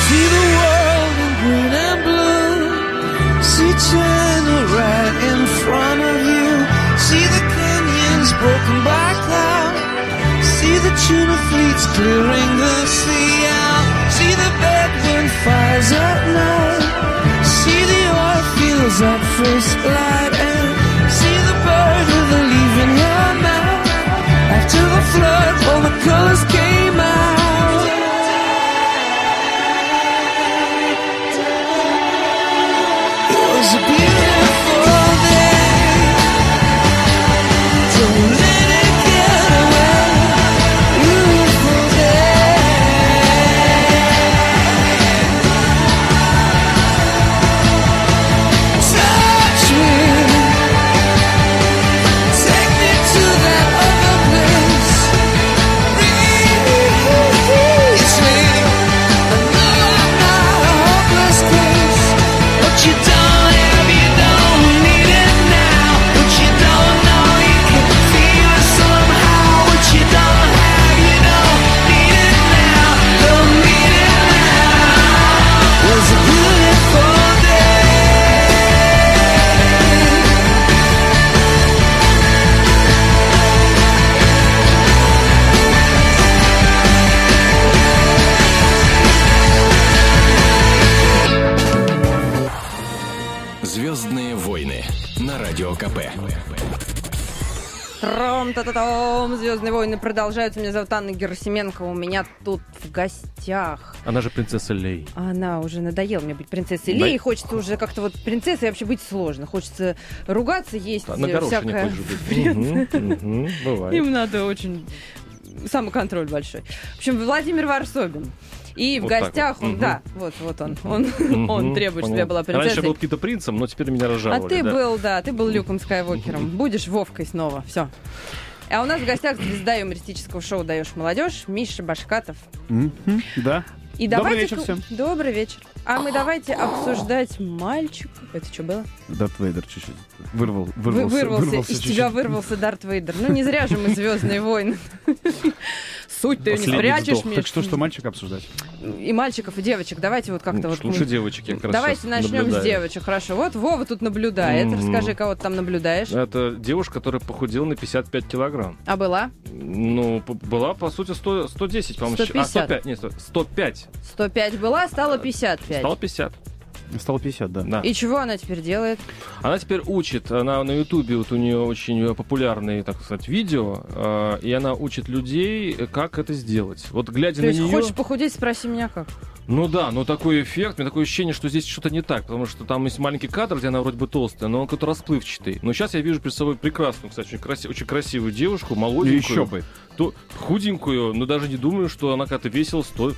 S9: See the world in green and blue. See China right in front of you. See the canyons broken by cloud. See the tuna fleets clearing the sea out. See the bedroom fires at night. See the oil fields at first light. And see the bird with the leaf in her mouth. After the flood, all the colors came out. It was a beautiful day to let it get away. Beautiful day. Touch me, take me to that other place. Reach me. I know I'm not a hopeless case. What you don't have, you don't need it now. What you don't know, you can feel it somehow. What you don't have, you don't need it now. Don't need it now. Was a beautiful day.
S1: Звездные войны на радио КП.
S2: Тром, та та том Звездные войны продолжаются. Меня зовут Анна Герасименко. У меня тут в гостях.
S3: Она же принцесса Лей.
S2: Она уже надоела мне быть принцессой
S3: Да.
S2: Леи. Хочется уже как-то вот принцессой вообще быть сложно. Хочется ругаться, есть
S7: Да, На
S2: э,
S7: горошине
S2: всякое.
S7: хочешь быть. Мгм, мгм, Бывает.
S2: Им надо очень самоконтроль большой. В общем, Владимир Варсобин. И в
S3: Вот так
S2: гостях
S3: вот.
S2: он,
S3: Мгм.
S2: да, вот, вот он, он, (laughs)
S3: Мгм,
S2: он требует, чтобы я
S3: понятно.
S2: была
S3: Раньше я был
S2: принцессой.
S3: каким-то принцем, но теперь меня
S2: А
S3: разжаловали.
S2: ты
S3: да.
S2: был, да, ты был Люком Скайуокером. Будешь Вовкой снова, все. А у нас в гостях звезда юмористического шоу «Даешь молодежь» Миша Башкатов.
S4: Мгм, Да.
S2: И
S4: Добрый
S2: давайте-ка-
S4: вечер всем.
S2: Добрый вечер. А мы давайте обсуждать мальчик. Это что было?
S4: Дарт Вейдер чуть-чуть вырвал,
S2: Вы-
S4: вырвался.
S2: вырвался. Из тебя вырвался Дарт Вейдер. Ну не зря же мы Звездные
S3: (laughs)
S2: войны. Суть ты её не
S3: Последний
S2: спрячешь,
S3: вздох.
S2: Миш.
S4: Так что, что мальчик обсуждать?
S2: И мальчиков, и девочек. Давайте вот как-то вот.
S3: Лучше
S2: мы-
S3: девочек, я как раз
S2: Давайте
S3: щас
S2: начнем с
S3: наблюдаю.
S2: девочек. Хорошо. Вот Вова тут наблюдает.
S3: Мгм.
S2: Расскажи, кого ты там наблюдаешь.
S3: Это девушка, которая похудела на 55 килограмм.
S2: А была?
S3: Ну, п- была, по сути, 100, 110, по-моему. щ-
S2: 150.
S3: А, 105, нет, 100, 105.
S2: 105 была, стало 55.
S3: Стало 50,
S4: Стало 50, да.
S3: да.
S2: И чего она теперь делает?
S3: Она теперь учит, она на Ютубе, вот у нее очень э, популярные, так сказать, видео, э, и она учит людей, э, как это сделать. Вот глядя
S2: То
S3: на
S2: есть
S3: нее...
S2: хочешь похудеть, спроси меня как.
S3: Ну да, но такой эффект, у меня такое ощущение, что здесь что-то не так, потому что там есть маленький кадр, где она вроде бы толстая, но он какой-то расплывчатый. Но сейчас я вижу перед собой прекрасную, кстати, очень, краси- очень красивую девушку, молоденькую.
S4: Еще бы.
S3: То- худенькую, но даже не думаю, что она как-то весила 100,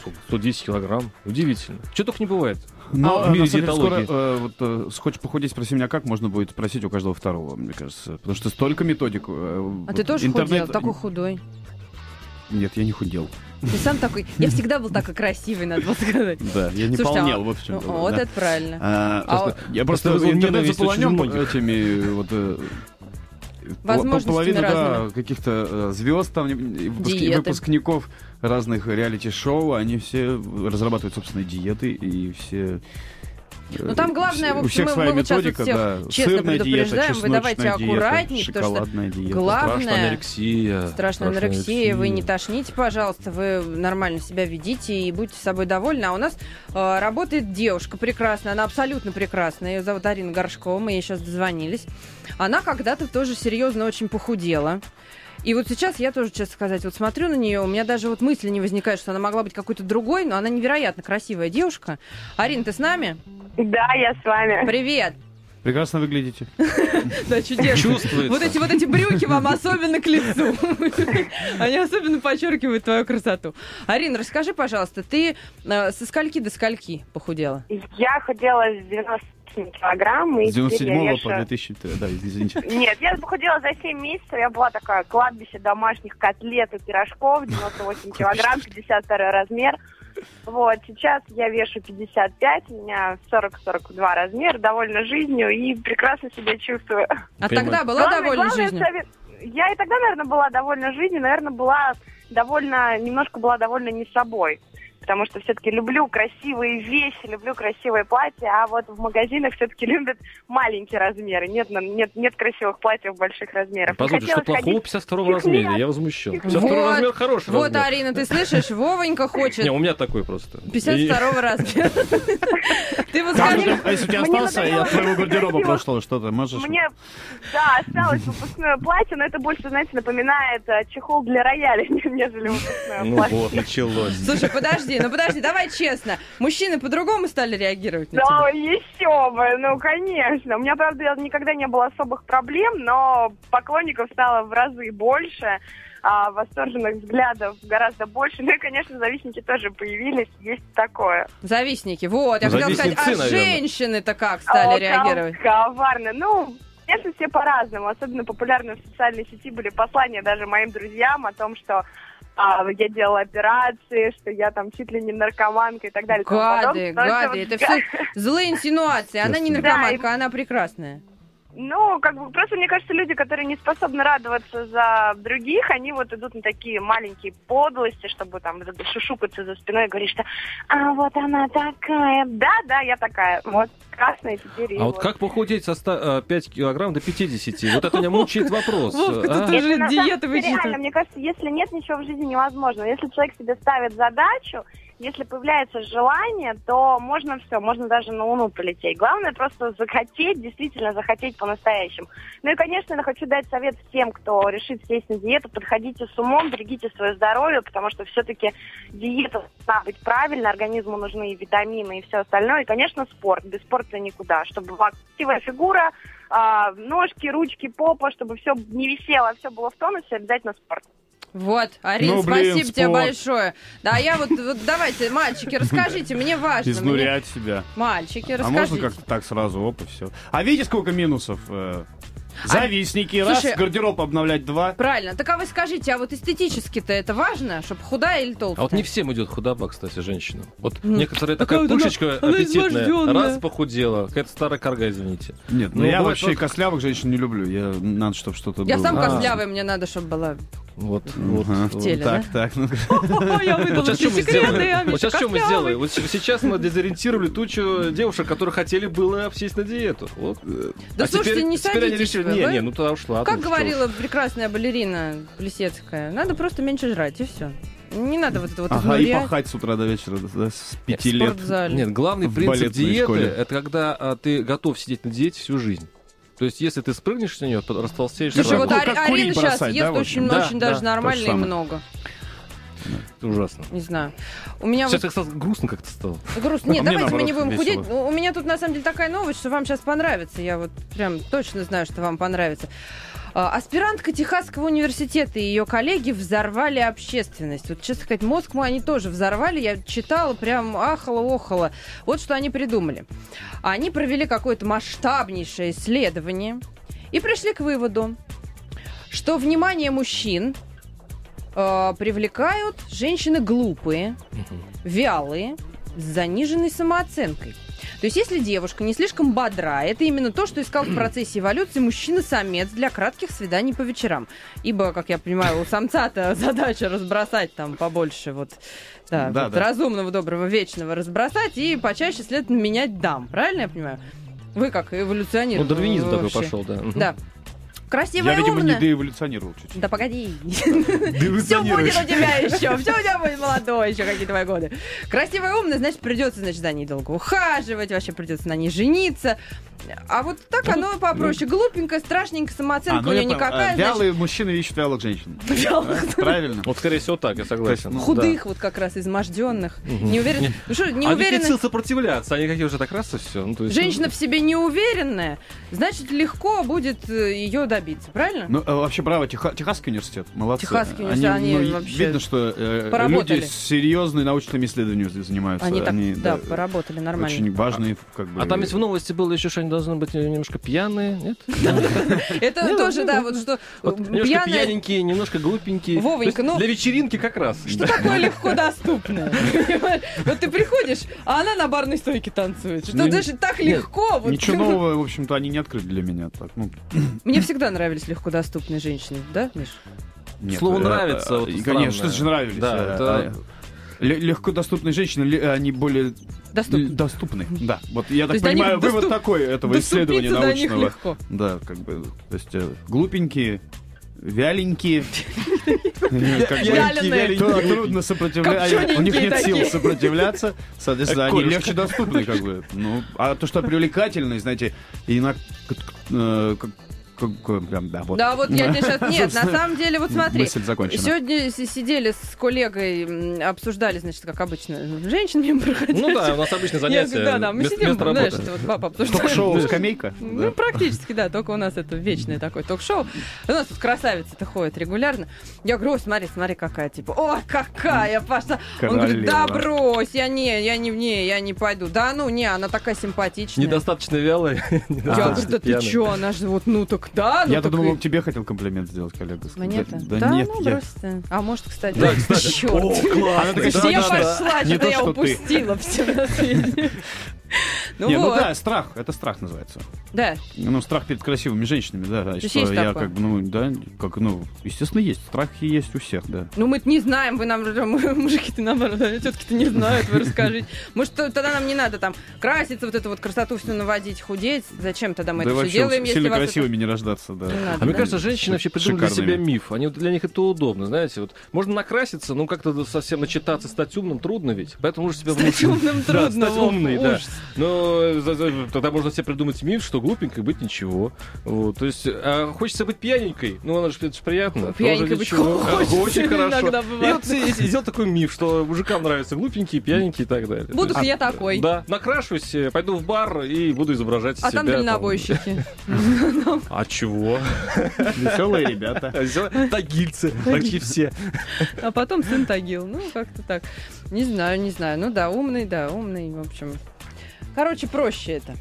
S3: сколько, 110 килограмм. Удивительно. Что только не бывает.
S4: Но,
S3: А, в мире
S4: на самом деле, скоро,
S3: диетологии.
S4: э, вот, э, с- хочешь похудеть, спроси меня как, можно будет спросить у каждого второго, мне кажется. Потому что столько методик. э,
S2: А ты тоже худел, такой худой.
S4: Нет, я не худел.
S2: Ты сам такой. Я всегда был такой красивый, надо было сказать.
S4: Да, я не
S2: Слушайте, а
S4: полнел, вот в чем
S2: Ну,
S4: дело,
S2: Вот
S4: да.
S2: это правильно.
S4: А,
S2: А
S4: просто-
S3: просто
S4: я просто
S3: вызвал
S4: интернет
S3: ненависть очень
S4: заполонен
S3: многих.
S4: этими вот... э,
S2: Возможностями
S4: по- половина, да,
S2: разными.
S4: каких-то звезд, там, и выпуск-
S2: Диеты.
S4: выпускников разных реалити-шоу, они все разрабатывают собственные диеты и все... э,
S2: Ну, там главное,
S4: все-
S2: в
S4: у
S2: общем,
S4: всех
S2: мы-
S4: своя
S2: мы вот сейчас вот
S4: методика,
S2: всех
S4: да.
S2: честно
S4: Сырная диета,
S2: предупреждаем, вы
S4: чесночная
S2: давайте
S4: диета,
S2: аккуратнее, потому что
S4: шоколадная диета.
S3: Страшная
S2: Главное,
S3: А анорексия.
S2: страшная анорексия, вы не тошните, пожалуйста, вы нормально себя ведите и будьте собой довольны. А у нас э, работает девушка прекрасная, она абсолютно прекрасная, ее зовут Арина Горшкова, мы ей сейчас дозвонились. Она когда-то тоже серьезно очень похудела. И вот сейчас я тоже, честно сказать, вот смотрю на нее, у меня даже вот мысли не возникает, что она могла быть какой-то другой, но она невероятно красивая девушка. Арина, ты с нами?
S10: Да, я с вами.
S2: Привет!
S4: Прекрасно выглядите.
S2: Да, чудесно.
S3: Чувствуется.
S2: Вот эти вот эти брюки вам особенно к лицу. Они особенно подчеркивают твою красоту. Арина, расскажи, пожалуйста, ты э, со скольки до скольки похудела?
S10: Я худела с 97 килограмм. И
S4: С
S10: теперь я
S4: 97
S10: вешу-
S4: по 2000... Да, извините.
S10: Нет, я похудела за 7 месяцев. Я была такая кладбище домашних котлет и пирожков, 98 килограмм, 52 размер. Вот, сейчас я вешу 55, у меня 40-42 размер, довольна жизнью и прекрасно себя чувствую.
S2: А
S3: Понимаю.
S2: тогда была
S10: Главное-
S2: довольна
S10: главное
S2: жизнью?
S10: совет- Я и тогда, наверное, была довольна жизнью, наверное, была довольно, немножко была довольна не собой. Потому что все-таки люблю красивые вещи, люблю красивые платья, а вот в магазинах все-таки любят маленькие размеры. Нет, на- нет, нет красивых платьев больших размеров. И
S3: Позвольте, что
S10: хотелось
S3: плохого
S10: ходить-
S3: 52 размера? Я возмущен. 52
S2: Вот.
S3: размер хороший
S2: Вот,
S3: размер.
S2: Арина, ты слышишь? Вовонька
S3: Не,
S2: хочет
S3: у меня такой просто.
S2: 52-го размера. Ты вот скажи...
S4: А если у тебя
S10: Мне
S4: остался, и
S10: надоело
S4: от твоего
S10: это
S4: гардероба
S10: красиво.
S4: прошло что-то, можешь...
S10: Мне, да, осталось выпускное платье, но это больше, знаете, напоминает э, чехол для рояля, (laughs) нежели выпускное
S3: Ну
S10: платье.
S3: вот, началось.
S2: Слушай, подожди, ну подожди, давай честно. Мужчины по-другому стали реагировать на тебя?
S10: Да, еще Ну, бы, ну конечно. У меня, правда, никогда не было особых проблем, но поклонников стало в разы больше, а восторженных взглядов гораздо больше. Ну и, конечно, завистники тоже появились, есть такое.
S2: Завистники, вот, я хотела сказать,
S3: Завистницы,
S2: а
S3: наверное.
S2: женщины-то как
S10: А,
S2: стали
S10: ков-
S2: реагировать?
S10: Коварно. Ну, конечно, все по-разному. Особенно популярны в социальной сети были послания даже моим друзьям о том, что а, я делала операции, что я там чуть ли не наркоманка и так далее. и тому
S2: Гады,
S10: подобное. Потому что
S2: гады, (laughs)
S10: вот
S2: это все злые инсинуации. Она не
S4: Естественно.
S2: наркоманка, она прекрасная.
S10: Ну, как бы просто мне кажется, люди, которые не способны радоваться за других, они вот идут на такие маленькие подлости, чтобы там вот это шушукаться за спиной и говорить, что а вот она такая. Да, да, я такая. Вот красная теперь. и
S3: А вот как похудеть со 100, э, 5 килограмм до 50? Вот это меня мучает вопрос.
S2: (laughs) Вовка,
S3: а?
S2: ты тоже
S10: на самом
S2: диеты
S10: деле
S2: вычитывает.
S10: Реально, мне кажется, если нет ничего в жизни невозможно. Если человек себе ставит задачу, если появляется желание, то можно все, можно даже на Луну полететь. Главное просто захотеть, действительно захотеть по-настоящему. Ну и, конечно, я хочу дать совет всем, кто решит сесть на диету, подходите с умом, берегите свое здоровье, потому что все-таки диета должна быть правильно, организму нужны и витамины, и все остальное. И, конечно, спорт. Без спорта никуда. Чтобы была красивая фигура, а, ножки, ручки, попа, чтобы все не висело, все было в тонусе, обязательно спорт.
S2: Вот, Арин,
S4: Ну, блин,
S2: спасибо тебе
S4: спорт.
S2: большое. Да, я вот, вот давайте, мальчики, расскажите, мне важно. мне-
S4: Изнурять себя.
S2: Мальчики,
S4: А
S2: расскажите.
S4: можно как-то так сразу, оп, и все. А видите, сколько минусов? э, Завистники, раз,
S2: А Слушай,
S4: гардероб обновлять два.
S2: Правильно. Так а вы скажите, а вот эстетически-то это важно, чтобы худая или
S3: А
S2: толстая?
S3: вот не всем идет худоба, кстати, женщинам. Вот
S2: Ну,
S3: некоторая
S2: такая
S3: такая
S2: вот она-
S3: пушечка
S2: она
S3: аппетитная,
S2: изможденная.
S3: раз похудела. Какая-то старая карга, извините.
S4: Нет, ну,
S3: Ну,
S4: я
S3: бывает,
S4: вообще
S3: вот-
S4: костлявых женщин не люблю. Я надо, чтобы что-то
S2: Я
S4: было.
S2: сам
S3: А.
S2: костлявая, мне надо, чтобы была.
S3: Вот, вот,
S4: Ага.
S3: вот.
S2: теле,
S4: так, так. ну,
S2: Я
S3: Вот
S2: выдала
S3: сейчас что мы сделаем? Вот сейчас что мы сделаем?
S2: сделаем?
S3: Вот щ- сейчас мы дезориентировали тучу девушек, которые хотели было сесть на диету. Вот.
S2: Да
S3: А
S2: слушайте,
S3: теперь-
S2: не
S3: теперь они
S2: садитесь
S3: решили,
S2: вы,
S3: Не,
S2: вы.
S3: не, ну туда ушла.
S2: Как говорила прекрасная балерина Плесецкая, надо просто меньше жрать, и все. Не надо вот это вот
S4: Ага, и
S2: изнурять.
S4: пахать с утра до вечера, да, с
S2: в
S4: пяти лет.
S2: спортзале.
S3: Нет, главный
S4: В
S3: принцип
S4: балетной
S3: диеты
S4: школе.
S3: это когда а, ты готов сидеть на диете всю жизнь. То есть, если ты спрыгнешь с нее, под- растолстеешь
S2: Слушай,
S3: сразу.
S2: вот
S4: Ну,
S2: Ари-
S4: как
S2: Арина
S4: курить
S2: сейчас
S4: бросать,
S2: ест
S4: да, в общем?
S2: очень,
S3: Да,
S2: очень
S3: да,
S2: даже
S3: то
S2: нормально и
S4: самое.
S2: много.
S3: Это ужасно.
S2: Не знаю. У меня вот
S3: Сейчас я стал грустно как-то стало.
S2: грустно. Нет,
S4: мне
S2: давайте мы
S4: наоборот
S2: не будем
S4: весело.
S2: худеть. Ну, У меня тут на самом деле такая новость, что вам сейчас понравится. Я вот прям точно знаю, что вам понравится. А, Аспирантка Техасского университета и ее коллеги взорвали общественность. Вот, честно сказать, мозг мой они тоже взорвали. Я читала прям ахала-охала. Вот что они придумали. Они провели какое-то масштабнейшее исследование и пришли к выводу, что внимание мужчин э, привлекают женщины глупые, вялые, с заниженной самооценкой. То есть, если девушка не слишком бодра, это именно то, что
S4: (clears throat)
S2: искал в процессе эволюции мужчина-самец для кратких свиданий по вечерам. Ибо, как я понимаю, у самца-то (laughs) задача разбросать там побольше вот, да,
S4: Да,
S2: вот
S4: да.
S2: разумного, доброго, вечного разбросать и почаще, следовательно, менять дам. Правильно я понимаю? Вы как эволюционер.
S3: Ну, дарвинизм
S2: э,
S3: такой
S2: вообще.
S3: пошел, да.
S2: Да. Красивая
S4: Я, видимо, не
S2: умная.
S4: доэволюционировал чуть-чуть.
S2: Да погоди. Все
S4: Деэволюционируешь.
S2: будет у тебя
S4: (laughs)
S2: еще. Все у тебя будет молодой еще, какие твои годы. Красивая умная, значит, придется, значит, за ней долго ухаживать, вообще придется на ней жениться. А вот так оно попроще. Глупенькая, страшненькая,
S4: Ну, А,
S2: самооценка
S4: ну
S2: у
S4: я
S2: нее
S4: понял. А,
S2: никакая. значит,
S4: Вялые мужчины ищут
S2: (laughs)
S4: вялых женщин.
S2: вялых,
S4: Правильно?
S3: Вот, скорее всего, так, я согласен.
S4: ну,
S2: Худых, вот как раз изможденных. Не уверен. Ну что, не
S3: А
S4: А
S3: Они сил
S2: уверены.
S3: сопротивляться, они какие уже так раз и Ну, все.
S2: (laughs) Женщина в себе неуверенная, значит, легко будет э, ее добиться, правильно?
S4: Ну, э, вообще, браво, Теха- Техасский университет, молодцы. ну,
S2: Техасский университет, они
S4: и-
S2: вообще
S4: Видно, что э,
S2: поработали.
S4: люди серьезные научными исследованиями занимаются.
S2: Они так, да,
S4: да,
S2: поработали нормально.
S4: очень важные, как бы...
S3: А там ведь в новости было еще, что они должны быть э, немножко пьяные, нет?
S2: Э, Это
S4: ну,
S2: тоже, да, вот что
S3: Вот немножко
S2: пьяная...
S3: пьяненькие, немножко глупенькие.
S2: Вовенька,
S3: То есть
S2: ну-
S3: Для вечеринки как раз.
S2: Что такое легко доступное? понимаешь? Вот ты приходишь, а она на барной стойке танцует. Что
S3: Ну,
S2: даже так легко. вот.
S4: (laughs) Ничего нового, в общем-то, они не открыли для меня. Так, ну,
S2: Мне всегда нравились легкодоступные женщины, да, Миш?
S4: нет,
S3: Слово
S4: э,
S3: «нравится»
S4: э,
S3: вот
S4: и,
S3: странное.
S4: Конечно, что же нравились.
S3: Да,
S4: э,
S3: это-
S4: э, ле- Легкодоступные женщины, ле- они более
S2: Доступные. (laughs)
S4: л- доступны. Да, вот я так
S2: есть до них
S4: понимаю, вывод
S2: доступ-
S4: такой этого исследования
S2: Доступиться до них (laughs)
S4: научного.
S2: легко.
S4: Да, как бы, то есть э, глупенькие,
S2: (laughs)
S4: вяленькие. Как бы,
S2: Вяленые. (laughs)
S4: тру- Трудно сопротивляться. У них нет
S2: Копчёненькие
S4: сил
S2: такие.
S4: сопротивляться. Соответственно,
S3: Э,
S4: они
S3: корюшка.
S4: легче доступны, как бы. Ну, а то, что привлекательные, знаете, и на... э, как- как- прям, да, вот.
S2: Да, вот я тебе сейчас... Нет,
S4: (laughs)
S2: на самом деле, вот смотри.
S4: Мысль закончена.
S2: Сегодня с- сидели с коллегой, м, обсуждали, значит, как обычно, женщин мимо проходящих.
S3: Ну да, у нас обычное
S2: Я говорю,
S3: занятие.
S2: Да, да, мы
S3: место-
S2: сидим,
S3: место работы.
S2: знаешь, вот папа обсуждает.
S4: Ток-шоу «Скамейка».
S2: Ну, практически, да, только у нас это вечное такое ток-шоу. У нас тут красавицы-то ходят регулярно. Я говорю, о, смотри, смотри, какая, типа, о, какая пошла. Он говорит, да
S4: Королева.
S2: брось, я не, я не в ней, я не пойду. Да ну, не, она такая симпатичная.
S3: Недостаточно вялая.
S2: Я говорю, да ты чё, она же вот, ну так да, ну
S4: Я
S2: так
S4: думал,
S2: и-
S4: тебе хотел комплимент сделать, коллега.
S2: Мне-то?
S4: Да,
S2: Да,
S4: нет,
S2: ну,
S4: я-
S2: брось ты. А может, кстати,
S3: Да, кстати.
S2: чёрт.
S4: Она такая,
S2: Все
S4: да, да, да.
S2: пошла,
S4: Не
S2: что-то
S4: то,
S2: я
S4: что ты.
S2: упустила все на
S4: (laughs)
S2: свете. Ну
S4: Не, ну
S2: вот,
S4: да, страх, это страх называется.
S2: да.
S4: Ну, страх перед красивыми женщинами, да.
S2: есть
S4: Что
S2: есть
S4: я
S2: такое?
S4: как бы, ну, да, как, ну, естественно, есть. Страхи есть у всех, да.
S2: Ну, мы-то не знаем, вы нам, (laughs) мужики-то нам, э, тетки-то не знают, вы расскажите. Может, то- тогда нам не надо там краситься, вот эту вот красоту всю наводить, худеть. Зачем тогда мы
S4: да
S2: это все
S4: вообще
S2: делаем, если
S4: сильно
S2: вас это-
S4: красивыми не рождаться, да.
S2: Не надо,
S3: А мне
S2: да?
S3: кажется, женщины вообще придумали для
S4: Шикарными.
S3: себя миф. Они, вот- для них это удобно, знаете. Вот можно накраситься, но как-то совсем начитаться, стать умным трудно ведь. Поэтому лучше себя
S2: Стать
S3: внушить.
S2: умным
S3: Да,
S2: трудно,
S3: стать
S2: Вов,
S3: умный, да.
S2: ужас.
S3: Но что за- за- тогда можно себе придумать миф, что глупенькой быть ничего. Вот, то есть а, хочется быть пьяненькой, ну она же, это же приятно.
S2: Пьяненькой
S3: Тоже
S2: быть
S3: ничего.
S2: хочется,
S3: А, Очень хорошо.
S2: иногда
S3: И
S2: бывает.
S3: вот и- и сделал такой миф, что мужикам нравятся глупенькие, пьяненькие и так далее.
S2: (laughs) Буду-ка
S3: То есть,
S2: я такой.
S3: А, Да, накрашусь, э, пойду в бар и буду изображать
S2: А
S3: себя.
S2: там дальнобойщики.
S3: А (laughs) чего?
S4: Веселые ребята.
S3: Тагильцы, почти все.
S2: А потом сын Тагил. Ну, как-то так. Не знаю, не знаю. Ну да, умный, да, умный, в общем. Короче, проще это.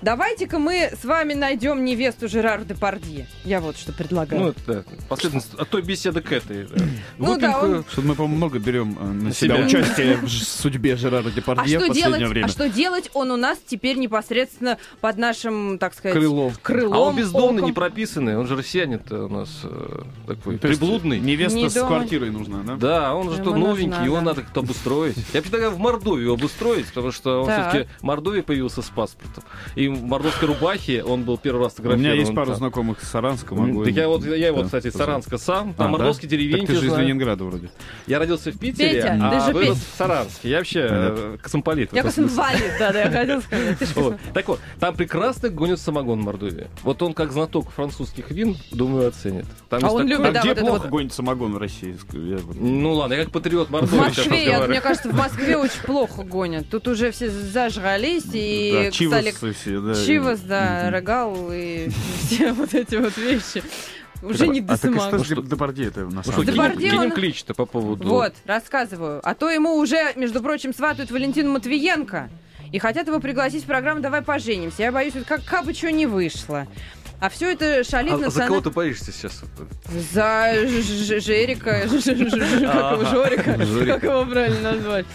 S2: Давайте-ка мы с вами найдем невесту Жерар Депардье. Я вот что предлагаю.
S3: Ну, это да, последовательность от той беседы к этой. э, да.
S2: Ну да,
S3: Глупенькую-
S2: он-
S4: Что-то мы, по-моему, много берем э, на
S3: На
S4: себя,
S3: себя.
S4: участие в ж- судьбе Жерара
S2: а
S4: Депардье в
S2: что,
S4: последнее
S2: делать,
S4: время.
S2: а что делать? Он у нас теперь непосредственно под нашим, так сказать,
S4: Крыло.
S2: крылом.
S3: А он бездомный,
S2: оком.
S3: не прописанный, он же россиянин у нас э, такой
S4: То есть
S3: приблудный.
S4: Невеста
S2: Не
S4: с
S2: дома.
S4: квартирой нужна, да?
S3: Да, он же
S2: Ему
S3: то новенький,
S2: нужна,
S3: его
S2: да.
S3: надо как-то обустроить. Я бы предлагаю в Мордовию обустроить, потому что он
S2: Так.
S3: все-таки в Мордовии появился с паспортом. И в мордовской рубахе он был первый раз
S4: У
S3: фотографирован.
S4: меня есть пару
S3: там.
S4: знакомых с Саранска, могу.
S3: М, Так
S4: им-
S3: я вот, я его,
S4: да,
S3: кстати, из
S4: позвонить.
S3: Саранска сам,
S4: А,
S3: там
S4: да?
S3: мордовские
S4: Так
S3: деревеньки
S4: ты же из
S3: знаю.
S4: Ленинграда вроде.
S3: Я родился в Питере,
S2: Петя,
S3: а
S2: ты же
S3: вырос
S2: Петя.
S3: в Саранске. Я вообще э, космополит. в
S2: Я
S3: этом
S2: просто
S3: смысле.
S2: инвалид, да-да, я хотела сказать. Ты ж
S3: Вот. Так вот, там прекрасно гонят самогон в Мордовии. Вот он, как знаток французских вин, думаю, оценит. Там
S2: А
S3: есть
S2: он
S3: такое-
S2: любит,
S4: А
S2: да,
S4: где
S2: вот это
S4: плохо
S2: вот.
S4: гонит самогон в России? Ск- я вот-
S3: Ну ладно, я как патриот
S2: В
S3: Мордовии сейчас
S2: Москве, я-
S3: разговариваю.
S2: мне кажется, в Москве очень плохо гонят. Тут уже все зажрались и
S4: Да,
S2: стали
S4: Чивасы все, да.
S2: Чивас, да, Рогал и (laughs) все вот эти вот вещи. Уже не до
S4: А так и что
S2: самого.
S4: ж Депардье это у нас?
S3: Ну что,
S2: Да
S3: кинем,
S2: Бардье,
S3: кинем
S2: он-
S3: клич-то по поводу...
S2: Вот, рассказываю. А то ему уже, между прочим, сватают Валентину Матвиенко. И хотят его пригласить в программу «Давай поженимся». Я боюсь, вот как, как бы что не вышло. А все это шалит
S3: А за
S2: националь-
S3: кого ты боишься сейчас?
S2: За Ж- Ж- Жерика, Ж- Ж- Ж- Ж- как его, Жорика, как его правильно назвать?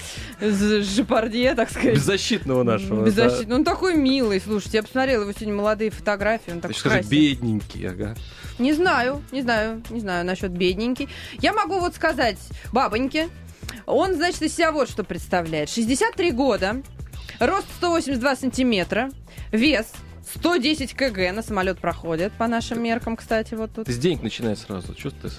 S2: З- Жепардье, так сказать.
S3: Беззащитного нашего.
S2: Беззащитный. Он такой милый, слушайте. Я посмотрела его сегодня молодые фотографии, он
S3: Да.
S2: так
S3: Ты скажи,
S2: красив.
S3: бедненький, ага.
S2: Не знаю, не знаю, не знаю насчет бедненький. Я могу вот сказать бабоньке. Он, значит, из себя вот что представляет. 63 года, рост 182 сантиметра, вес 110 кг, на самолет проходит, по нашим меркам, кстати, вот тут.
S3: Ты с денег начинай сразу, чё ты?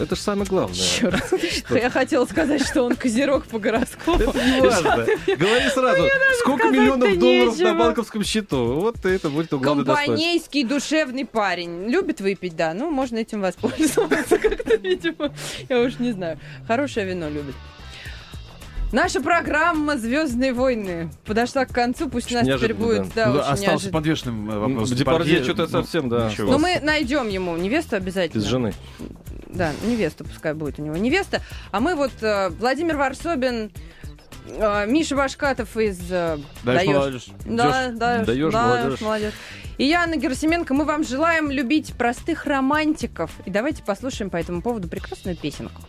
S3: Это же самое главное.
S2: Черт, я хотела сказать, что он козерог по гороскопу.
S3: Это не важно. Говори сразу, сколько
S2: сказать-то
S3: миллионов долларов
S2: нечего.
S3: на банковском счету. Вот это будет его главный достоинство.
S2: Компанейский душевный парень. Любит выпить, да. Ну, можно этим воспользоваться (laughs) как-то, видимо. Я уж не знаю. Хорошее вино любит. Наша программа «Звездные войны» подошла к концу. Пусть у нас теперь
S3: неожиданно,
S2: будет...
S4: Ну
S2: Да,
S4: да,
S2: очень
S4: Остался
S2: неожиданно.
S4: подвешенным э, вопрос.
S3: М, Ну, Депардье что-то
S4: ну,
S3: совсем, да.
S4: ничего.
S2: Но мы найдем ему невесту обязательно.
S3: Без жены.
S2: Да, невеста пускай будет у него. Невеста. А мы вот э, Владимир Варсобин, э, Миша Башкатов из э,
S4: Дальше
S2: «Даёшь».
S4: молодежь.
S2: Да, да,
S3: Даёшь,
S2: да,
S3: молодёжь.
S2: молодёжь. И я, Анна Герасименко, мы вам желаем любить простых романтиков. И давайте послушаем по этому поводу прекрасную песенку.